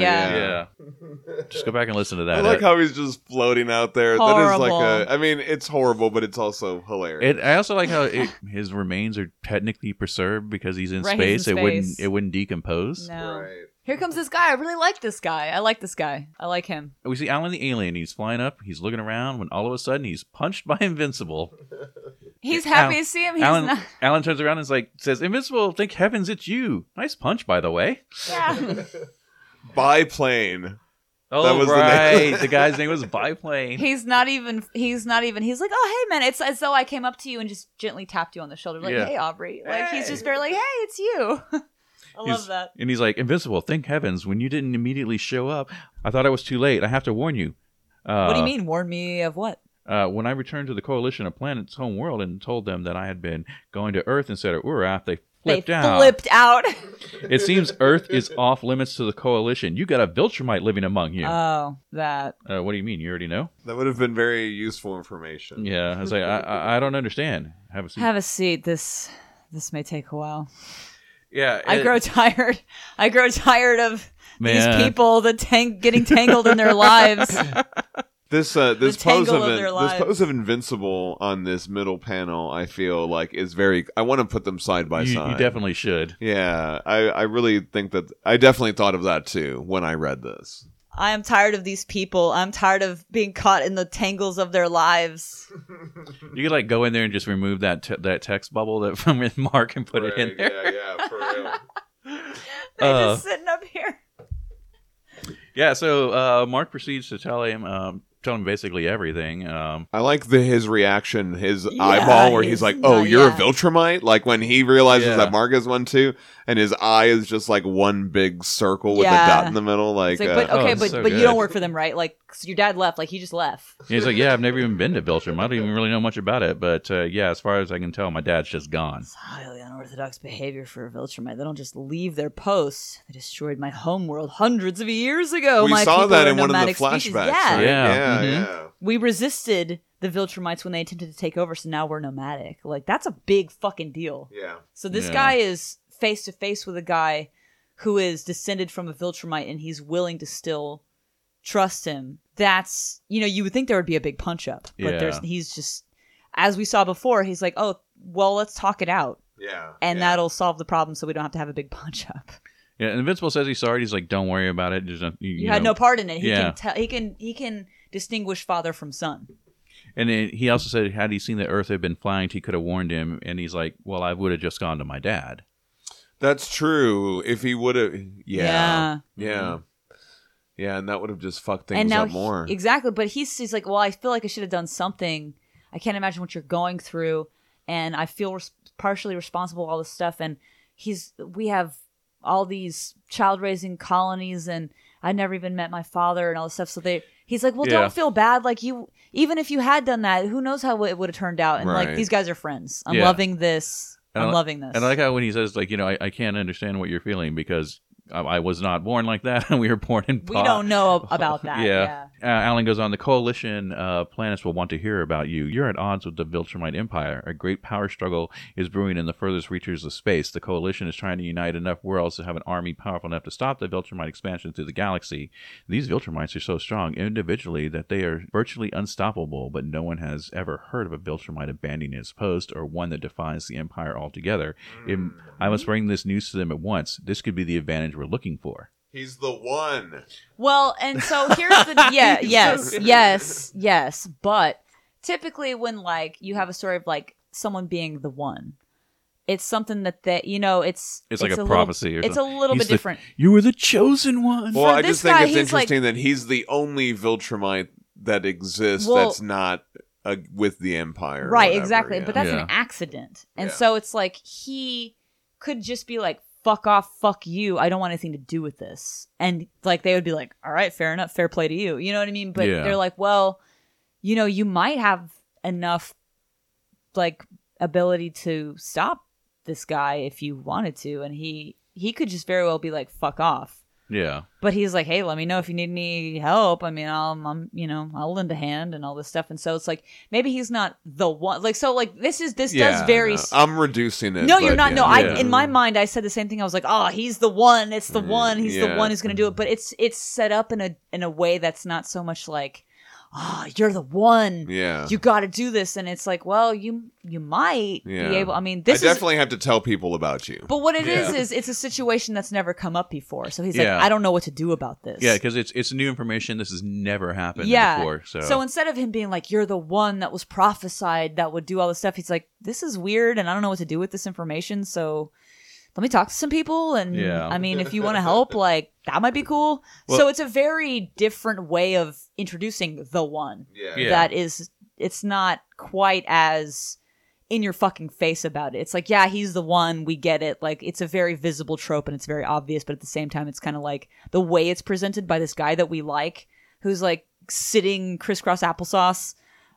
Speaker 1: yeah,
Speaker 2: Yeah.
Speaker 3: Yeah. Just go back and listen to that. Uh,
Speaker 1: I like
Speaker 3: It-
Speaker 1: how he's just floating out there. That is like
Speaker 2: Horrible.
Speaker 1: a. I mean, it's horrible, but it's also hilarious.
Speaker 3: It, I also like how it, his remains are technically preserved because he's in
Speaker 2: Right,
Speaker 3: space.
Speaker 2: he's in
Speaker 3: It wouldn't
Speaker 2: space.
Speaker 3: it wouldn't decompose.
Speaker 2: No. Here comes this guy. I really like this guy. I like this guy. I like him.
Speaker 3: We see Alan the alien. He's flying up. He's looking around when all of a sudden he's punched by Invincible.
Speaker 2: He's happy
Speaker 3: Al-
Speaker 2: to see him. He's
Speaker 3: Alan
Speaker 2: not.
Speaker 3: Alan turns around and is like says, "Invincible, thank heavens it's you! Nice punch, by the way."
Speaker 2: Yeah.
Speaker 1: Biplane.
Speaker 3: Oh
Speaker 1: That was the
Speaker 3: right,
Speaker 1: name.
Speaker 3: the, guy's name was Biplane.
Speaker 2: He's not even. He's not even. He's like, oh hey man, it's as though I came up to you and just gently tapped you on the shoulder, like,
Speaker 3: Yeah.
Speaker 2: hey Aubrey. Like he's
Speaker 3: Hey.
Speaker 2: just barely, hey, it's you. I
Speaker 3: He's-
Speaker 2: love that.
Speaker 3: And he's like, "Invincible, thank heavens when you didn't immediately show up. I thought I was too late. I have to warn you." Uh,
Speaker 2: what do you mean? Warn me of what?
Speaker 3: Uh, when I returned to the Coalition of Planets' home world and told them that I had been going to Earth instead of Urath, they flipped
Speaker 2: they
Speaker 3: out.
Speaker 2: flipped out.
Speaker 3: It seems Earth is off limits to the Coalition. You got a Viltrumite living among you. Uh,
Speaker 2: Oh, that.
Speaker 3: what do you mean? You already know?
Speaker 1: That would have been very useful information.
Speaker 3: Yeah. I was like, I, I, I don't understand. Have a seat.
Speaker 2: Have a seat. This this may take a while.
Speaker 3: yeah.
Speaker 2: I
Speaker 3: it-
Speaker 2: grow tired. I grow tired of
Speaker 3: Man.
Speaker 2: these people that tang- getting tangled in their lives.
Speaker 1: This uh, this pose
Speaker 2: tangle
Speaker 1: of,
Speaker 2: of
Speaker 1: in-
Speaker 2: their
Speaker 1: this
Speaker 2: lives.
Speaker 1: pose of invincible on this middle panel, I feel like is very. I want to put them side by
Speaker 3: You, you
Speaker 1: side.
Speaker 3: definitely should.
Speaker 1: Yeah, I, I really think that I definitely thought of that too when I read this.
Speaker 2: I am tired of these people. I'm tired of being caught in the tangles of their lives.
Speaker 3: You could like go in there and just remove that te- that text bubble that from Mark and put it in there.
Speaker 1: Yeah, yeah, for real.
Speaker 2: They're
Speaker 3: Uh.
Speaker 2: just sitting up here.
Speaker 3: Yeah, so uh, Mark proceeds to tell him um, tell him basically everything. Um,
Speaker 1: I like the his reaction, his
Speaker 2: Yeah,
Speaker 1: eyeball, where he's,
Speaker 2: he's
Speaker 1: like,
Speaker 2: not-
Speaker 1: "Oh, you're
Speaker 2: yeah.
Speaker 1: a Viltrumite." Like when he realizes
Speaker 3: Yeah.
Speaker 1: that Marga's one too, and his eye is just like one big circle with
Speaker 2: Yeah.
Speaker 1: a dot in the middle. Like,
Speaker 2: It's like,
Speaker 1: uh,
Speaker 2: but
Speaker 3: oh,
Speaker 2: okay,
Speaker 3: it's
Speaker 2: but,
Speaker 3: so
Speaker 2: but you
Speaker 3: good.
Speaker 2: don't work for them, right? Like, 'cause your dad left. Like, he just left.
Speaker 3: he's like, yeah, I've never even been to Belgium. I don't even really know much about it, but uh, yeah, as far as I can tell, my dad's just gone.
Speaker 2: It's highly unorthodox behavior for a Viltrumite. They don't just leave their posts. They destroyed my homeworld hundreds of years ago.
Speaker 1: we
Speaker 2: my
Speaker 1: saw
Speaker 2: people
Speaker 1: that
Speaker 2: are
Speaker 1: in one of the
Speaker 2: nomadic
Speaker 1: flashbacks.
Speaker 2: species.
Speaker 1: right?
Speaker 2: Yeah.
Speaker 1: yeah,
Speaker 3: Yeah. Mhm.
Speaker 1: yeah.
Speaker 2: we resisted the Viltrumites when they attempted to take over, so now we're nomadic. Like that's a big fucking deal.
Speaker 1: yeah.
Speaker 2: So this
Speaker 3: Yeah.
Speaker 2: guy is face to face with a guy who is descended from a Viltrumite, and he's willing to still trust him. That's you know you would think there would be a big punch up, but
Speaker 3: Yeah.
Speaker 2: there's he's just as we saw before. He's like, oh well, let's talk it out.
Speaker 1: Yeah.
Speaker 2: and
Speaker 1: yeah.
Speaker 2: that'll solve the problem so we don't have to have a big punch up.
Speaker 3: Yeah, and Invincible says he's sorry. He's like, don't worry about it. There's no, you,
Speaker 2: You,
Speaker 3: you
Speaker 2: had
Speaker 3: know.
Speaker 2: no part in it. He
Speaker 3: yeah.
Speaker 2: can tell he can he can distinguish father from son.
Speaker 3: And it, he also said, had he seen that Earth had been flying, he could have warned him. And he's like, well, I would have just gone to my dad.
Speaker 1: That's true. If he would have, yeah, yeah, yeah, and that would have just fucked things
Speaker 2: and now
Speaker 1: up
Speaker 2: he-
Speaker 1: more.
Speaker 2: exactly, but he's he's like, well, I feel like I should have done something. I can't imagine what you're going through, and I feel res- partially responsible for all this stuff. And he's we have all these child raising colonies, and I never even met my father and all this stuff. So they he's like, well,
Speaker 3: Yeah.
Speaker 2: don't feel bad. Like you, even if you had done that, who knows how it would have turned out? And
Speaker 1: Right.
Speaker 2: like these guys are friends. I'm
Speaker 3: Yeah.
Speaker 2: loving this.
Speaker 3: And
Speaker 2: I'm
Speaker 3: I-
Speaker 2: loving this.
Speaker 3: And I like how when he says, like, you know, I, I can't understand what you're feeling because I, I was not born like that. And we were born in
Speaker 2: we
Speaker 3: pot.
Speaker 2: don't know ab- about that. yeah.
Speaker 3: yeah. Uh, Alan goes on, the coalition uh, planets will want to hear about you. You're at odds with the Viltrumite Empire. A great power struggle is brewing in the furthest reaches of space. The coalition is trying to unite enough worlds to have an army powerful enough to stop the Viltrumite expansion through the galaxy. These Viltrumites are so strong individually that they are virtually unstoppable, but no one has ever heard of a Viltrumite abandoning its post or one that defies the Empire altogether. Im- I must bring this news to them at once. This could be the advantage we're looking for.
Speaker 1: He's the one.
Speaker 2: Well, and so here's the yeah, yes, yes, yes. But typically, when like you have a story of like someone being the one, it's something that that you know it's
Speaker 3: It's like a
Speaker 2: little-
Speaker 3: prophecy or
Speaker 2: it's
Speaker 3: something.
Speaker 2: a little
Speaker 3: He's
Speaker 2: bit
Speaker 3: the-
Speaker 2: different.
Speaker 3: You were the chosen one.
Speaker 1: Well,
Speaker 2: For
Speaker 1: I
Speaker 2: this
Speaker 1: just think
Speaker 2: guy,
Speaker 1: it's
Speaker 2: he's like-
Speaker 1: interesting that he's the only Viltrumite that exists
Speaker 2: Well-
Speaker 1: that's not uh, with the Empire. or
Speaker 2: right
Speaker 1: whatever,
Speaker 2: exactly
Speaker 1: yeah.
Speaker 2: but that's
Speaker 3: Yeah.
Speaker 2: an accident and
Speaker 1: Yeah.
Speaker 2: so it's like he could just be like fuck off fuck you i don't want anything to do with this and like they would be like all right fair enough fair play to you you know what i mean but
Speaker 3: Yeah.
Speaker 2: they're like well you know you might have enough like ability to stop this guy if you wanted to and he he could just very well be like fuck off
Speaker 3: yeah.
Speaker 2: but he's like, hey, let me know if you need any help. I mean, I'll, I'm, you know, I'll lend a hand and all this stuff. And so it's like maybe he's not the one. Like so, like this is this
Speaker 1: Yeah,
Speaker 2: does vary.
Speaker 1: no.
Speaker 2: s-
Speaker 1: I'm reducing it.
Speaker 2: No,
Speaker 1: but
Speaker 2: you're not.
Speaker 1: yeah.
Speaker 2: No, I
Speaker 3: Yeah.
Speaker 2: in my mind I said the same thing. I was like, oh, he's the one. It's the
Speaker 1: Mm,
Speaker 2: one. He's
Speaker 1: yeah.
Speaker 2: the one who's going to do it. But it's it's set up in a in a way that's not so much like, oh, you're the one.
Speaker 1: Yeah.
Speaker 2: You got to do this. And it's like, well, you you might
Speaker 1: Yeah.
Speaker 2: be able. I mean, this
Speaker 1: I
Speaker 2: is
Speaker 1: definitely have to tell people about you.
Speaker 2: but what it is
Speaker 3: Yeah.
Speaker 2: is it's a situation that's never come up before. So he's
Speaker 3: Yeah.
Speaker 2: like, I don't know what to do about this.
Speaker 3: Yeah, because it's it's new information. This has never happened before. So,
Speaker 2: instead of him being like, "You're the one that was prophesied that would do all this stuff," he's like, "This is weird, and I don't know what to do with this information." So let me talk to some people, and
Speaker 3: Yeah.
Speaker 2: I mean, if you want to help, like that might be cool. so
Speaker 3: Well-
Speaker 2: it's a very different way of introducing the one
Speaker 1: Yeah.
Speaker 3: Yeah.
Speaker 2: that is. It's not quite as in your fucking face about it. It's like, yeah, he's the one. We get it. Like, it's a very visible trope and it's very obvious, but at the same time, it's kind of like the way it's presented by this guy that we like, who's like sitting crisscross applesauce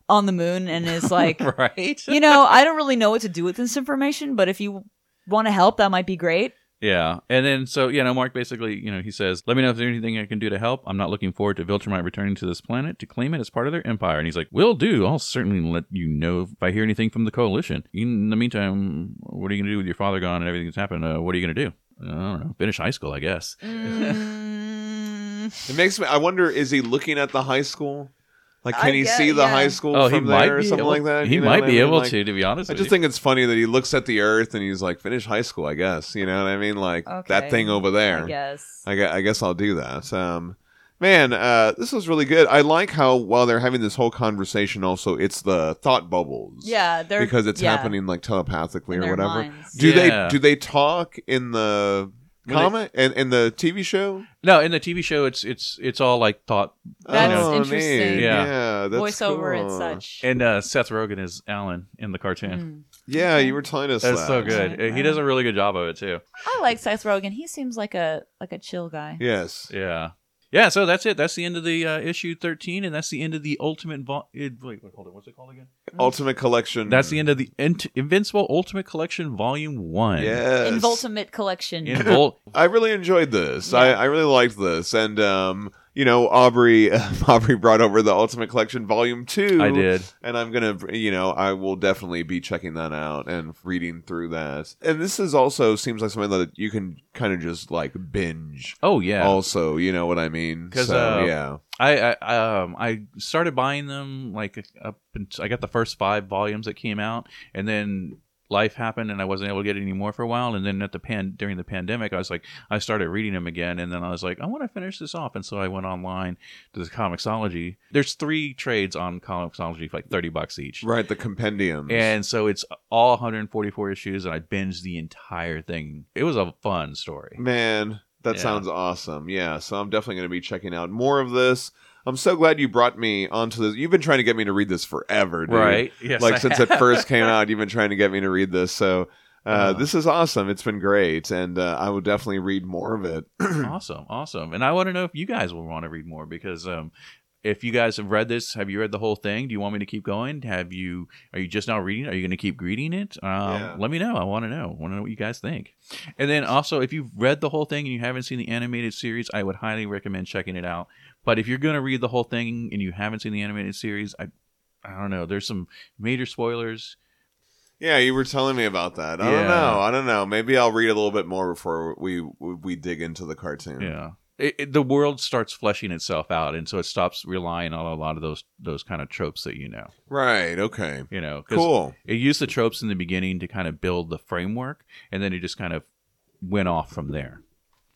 Speaker 2: on the moon and is like,
Speaker 3: right?
Speaker 2: you know, I don't really know what to do with this information, but if you want to help, that might be great.
Speaker 3: Yeah, and then so you know, Mark basically, you know, he says, "Let me know if there's anything I can do to help. I'm not looking forward to Viltrumite returning to this planet to claim it as part of their empire." And he's like, "Will do. I'll certainly let you know if I hear anything from the coalition. In the meantime, what are you gonna do with your father gone and everything that's happened? Uh, what are you gonna do? I don't know. Finish high school, I guess.
Speaker 2: Mm,
Speaker 1: It makes me. I wonder. Is he looking at the high school? Like, can
Speaker 2: I
Speaker 1: he
Speaker 2: guess,
Speaker 1: see the
Speaker 2: yeah.
Speaker 1: high school
Speaker 3: oh, he
Speaker 1: from
Speaker 3: might
Speaker 1: there or
Speaker 3: be
Speaker 1: something
Speaker 3: able,
Speaker 1: like that?
Speaker 3: He
Speaker 1: you know
Speaker 3: might
Speaker 1: what I
Speaker 3: be
Speaker 1: mean?
Speaker 3: able
Speaker 1: Like,
Speaker 3: to, to be honest.
Speaker 1: I
Speaker 3: with
Speaker 1: just
Speaker 3: you.
Speaker 1: think it's funny that he looks at the Earth and he's like, "Finish high school, I guess." You know what I mean? Like
Speaker 2: Okay.
Speaker 1: that thing over there.
Speaker 2: I guess.
Speaker 1: I, gue- I guess I'll do that. Um, man, uh, this was really good. I like how while they're having this whole conversation, also it's the thought bubbles.
Speaker 2: yeah, they're
Speaker 1: because it's
Speaker 2: yeah,
Speaker 1: happening like telepathically
Speaker 2: in
Speaker 1: or
Speaker 2: their
Speaker 1: whatever.
Speaker 2: minds.
Speaker 1: Do
Speaker 3: Yeah.
Speaker 1: they do they talk in the
Speaker 3: When they-
Speaker 1: Comet and and the TV show.
Speaker 3: No, in the TV show, it's it's it's all like thought,
Speaker 2: That's
Speaker 1: oh,
Speaker 2: interesting.
Speaker 1: neat.
Speaker 3: Yeah.
Speaker 1: Yeah, that's
Speaker 2: voiceover
Speaker 1: cool.
Speaker 2: and such.
Speaker 3: and uh, Seth Rogen is Alan in the cartoon.
Speaker 2: Mm.
Speaker 1: Yeah, you were telling us
Speaker 3: That's
Speaker 1: that.
Speaker 3: so good.
Speaker 2: Right,
Speaker 3: He does a really good job of it too.
Speaker 2: I like Seth Rogen. He seems like a like a chill guy.
Speaker 1: Yes.
Speaker 3: Yeah. Yeah, so that's it. That's the end of the uh, issue 13, and that's the end of the Ultimate. Vol- it, wait, wait, hold on. What's it called again?
Speaker 1: Ultimate Collection.
Speaker 3: That's the end of the Int- Invincible Ultimate Collection Volume 1.
Speaker 1: Yes.
Speaker 2: Involtimate collection.
Speaker 3: Invol-
Speaker 1: I really enjoyed this. I, I really liked this, and um, you know, Aubrey Aubrey brought over the Ultimate Collection Volume Two.
Speaker 3: I did.
Speaker 1: and I'm gonna, you know, I will definitely be checking that out and reading through that. And this is also seems like something that you can kind of just like binge.
Speaker 3: Oh, yeah.
Speaker 1: Also, you know what I mean?
Speaker 3: 'Cause,
Speaker 1: So,
Speaker 3: uh,
Speaker 1: yeah,
Speaker 3: I, I um I started buying them like up until I got the first five volumes that came out, and then life happened and I wasn't able to get any more for a while. And then at the pan during the pandemic, I was like I started reading them again, and then I was like I want to finish this off, and so I went online to the Comixology. There's three trades on Comixology for like thirty bucks each.
Speaker 1: right. The compendiums.
Speaker 3: And so it's all 144 issues, and I binged the entire thing. It was a fun story.
Speaker 1: Man, that
Speaker 3: Yeah.
Speaker 1: sounds awesome. Yeah, so I'm definitely going to be checking out more of this. I'm so glad you brought me onto this. You've been trying to get me to read this forever, dude.
Speaker 3: Right? Yes.
Speaker 1: like
Speaker 3: I
Speaker 1: since
Speaker 3: have.
Speaker 1: it first came out, you've been trying to get me to read this. So uh,
Speaker 3: Uh.
Speaker 1: this is awesome. It's been great, and uh, I will definitely read more of it.
Speaker 3: awesome awesome and i want to know if you guys will want to read more because um if you guys have read this have you read the whole thing do you want me to keep going have you are you just now reading it? are you going to keep reading it um,
Speaker 1: Yeah.
Speaker 3: let me know i want to know want to know what you guys think and then also if you've read the whole thing and you haven't seen the animated series i would highly recommend checking it out but if you're going to read the whole thing and you haven't seen the animated series i i don't know there's some major spoilers
Speaker 1: yeah, you were telling me about that. I
Speaker 3: Yeah.
Speaker 1: don't know. I don't know. Maybe I'll read a little bit more before we we dig into the cartoon.
Speaker 3: yeah it, it- the world starts fleshing itself out and so it stops relying on a lot of those those kind of tropes that you know
Speaker 1: Right. Okay.
Speaker 3: you know 'cause
Speaker 1: Cool.
Speaker 3: it used the tropes in the beginning to kind of build the framework and then it just kind of went off from there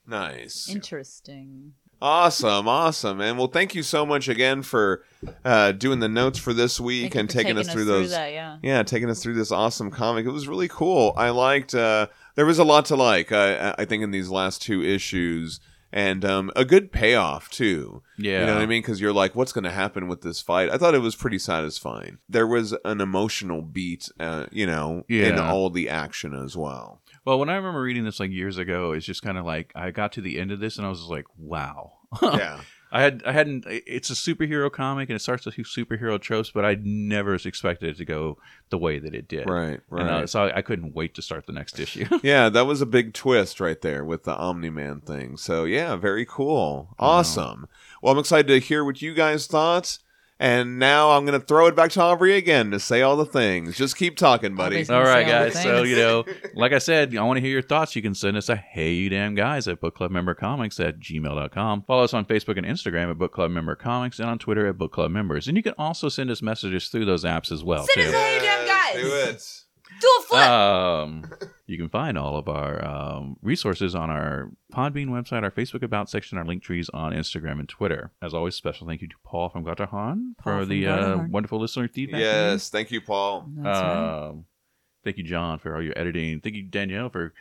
Speaker 1: Nice.
Speaker 2: Interesting.
Speaker 1: Awesome, awesome, man. Well, thank you so much again for uh, doing the notes for this
Speaker 2: Thank
Speaker 1: week
Speaker 2: you
Speaker 1: and
Speaker 2: for
Speaker 1: taking, us through those.
Speaker 2: that, yeah.
Speaker 1: Yeah, taking us through this awesome comic. It was really cool. I liked. Uh, there was a lot to like. I, I- I think in these last two issues, and um, a good payoff too.
Speaker 3: yeah
Speaker 1: You know what I mean? Because you're like, what's going to happen with this fight? I thought it was pretty satisfying. There was an emotional beat, uh, you know, in
Speaker 3: Yeah.
Speaker 1: all the action as well.
Speaker 3: well when i remember reading this like years ago it's just kind of like i got to the end of this and i was just like wow
Speaker 1: yeah,
Speaker 3: i had i hadn't it's a superhero comic and it starts with superhero tropes but i never expected it to go the way that it did
Speaker 1: right, right.
Speaker 3: And, uh, so I, I couldn't wait to start the next issue
Speaker 1: yeah, that was a big twist right there with the Omni Man thing. So yeah, very cool. Awesome. Well, I'm excited to hear what you guys thought. And now I'm gonna throw it back to Aubrey again to say all the things. Just keep talking, buddy.
Speaker 2: Aubrey's-
Speaker 3: All right,
Speaker 2: Say all the
Speaker 3: guys. So,
Speaker 2: things.
Speaker 3: you know, like I said, I want to hear your thoughts. You can send us a hey, you damn guys at Book Club Member Comics at gmail.com. Follow us on Facebook and Instagram at Book Club Member Comics and on Twitter at Book Club Members. And you can also send us messages through those apps as well.
Speaker 2: Send us
Speaker 3: too.
Speaker 2: Hey, damn
Speaker 1: Yes,
Speaker 2: guys.
Speaker 1: Do it.
Speaker 2: Do a flip.
Speaker 3: Um, you can find all of our um, resources on our Podbean website, our Facebook About section, our link trees on Instagram and Twitter. As always, special thank you to Paul from Gotterhan
Speaker 2: Paul
Speaker 3: for
Speaker 2: from
Speaker 3: the uh,
Speaker 2: Gotterhan.
Speaker 3: wonderful listener feedback.
Speaker 1: Yes, thank you,
Speaker 3: Uh,
Speaker 1: Paul.
Speaker 2: That's right.
Speaker 3: Um, Thank you, John, for all your editing. Thank you, Danielle, for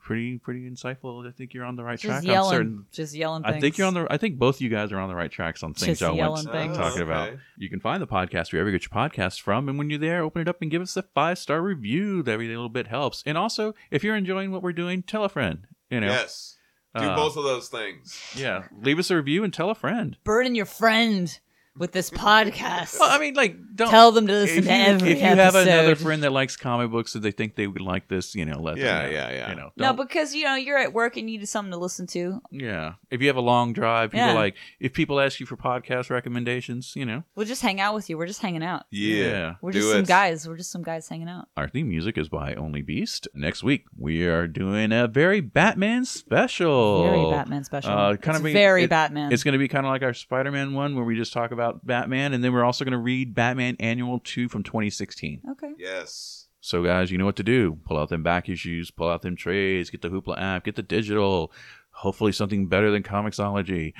Speaker 3: pretty pretty insightful. I think you're on the right track.
Speaker 2: Just
Speaker 3: I'm
Speaker 2: yelling.
Speaker 3: certain.
Speaker 2: Just yelling things.
Speaker 3: I think you're on the. I think both you guys are on the right tracks on things
Speaker 2: Just
Speaker 3: y'all went
Speaker 2: yelling things.
Speaker 3: talking about.
Speaker 1: Oh, Okay.
Speaker 3: You can find the podcast wherever you get your podcasts from, and when you're there, open it up and give us a five star review. Every little bit helps. And also, if you're enjoying what we're doing, tell a friend. You know,
Speaker 1: Yes. Do
Speaker 3: Uh,
Speaker 1: both of those things.
Speaker 3: Yeah, leave us a review and tell a friend.
Speaker 2: burden your friend with this podcast.
Speaker 3: Well, I mean, like, don't
Speaker 2: Tell them to listen to every
Speaker 3: if you have another
Speaker 2: episode.
Speaker 3: friend that likes comic books that they think they would like this, you know, let
Speaker 1: Yeah,
Speaker 3: them know,
Speaker 1: yeah, yeah.
Speaker 3: You know,
Speaker 2: no,
Speaker 3: don't-
Speaker 2: because you know you're at work and you need something to listen to.
Speaker 3: Yeah. If you have a long drive, people
Speaker 2: Yeah.
Speaker 3: like if people ask you for podcast recommendations, you know.
Speaker 2: We'll just hang out with you. We're just hanging out.
Speaker 1: Yeah.
Speaker 2: We're
Speaker 1: Do
Speaker 2: just some
Speaker 1: it.
Speaker 2: guys. We're just some guys hanging out.
Speaker 3: Our theme music is by Only Beast. Next week we are doing a very Batman special.
Speaker 2: Very Batman special.
Speaker 3: Oh, Uh, kind
Speaker 2: It's
Speaker 3: of be-
Speaker 2: very
Speaker 3: it-
Speaker 2: Batman.
Speaker 3: It's going to be kind of like our Spider-Man one, where we just talk about Batman, and then we're also going to read Batman Annual Two from 2016.
Speaker 2: okay.
Speaker 1: Yes.
Speaker 3: So, guys, you know what to do. Pull out them back issues, pull out them trades, get the Hoopla app, get the digital. Hopefully, something better than Comixology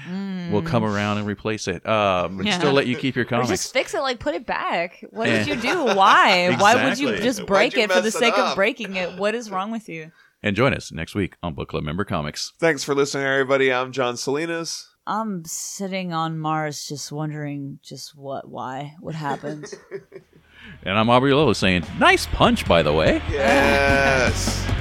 Speaker 3: will come around and replace it. Um, and
Speaker 2: Mm. Yeah.
Speaker 3: Still let you keep your
Speaker 2: Or
Speaker 3: comics.
Speaker 2: just fix it, like put it back. What did
Speaker 3: Yeah.
Speaker 2: you do? Why? Why would you
Speaker 3: Exactly.
Speaker 2: just
Speaker 1: Why'd
Speaker 2: break
Speaker 1: you
Speaker 2: it for the
Speaker 1: mess it
Speaker 2: sake
Speaker 1: up?
Speaker 2: of breaking it? What is wrong with you?
Speaker 3: And join us next week on Book Club Member Comics.
Speaker 1: Thanks for listening, everybody. I'm John Salinas.
Speaker 2: I'm sitting on Mars just wondering just what, why, what happened.
Speaker 3: And I'm Aubrey Lowe saying, nice punch, by the way.
Speaker 1: Yes.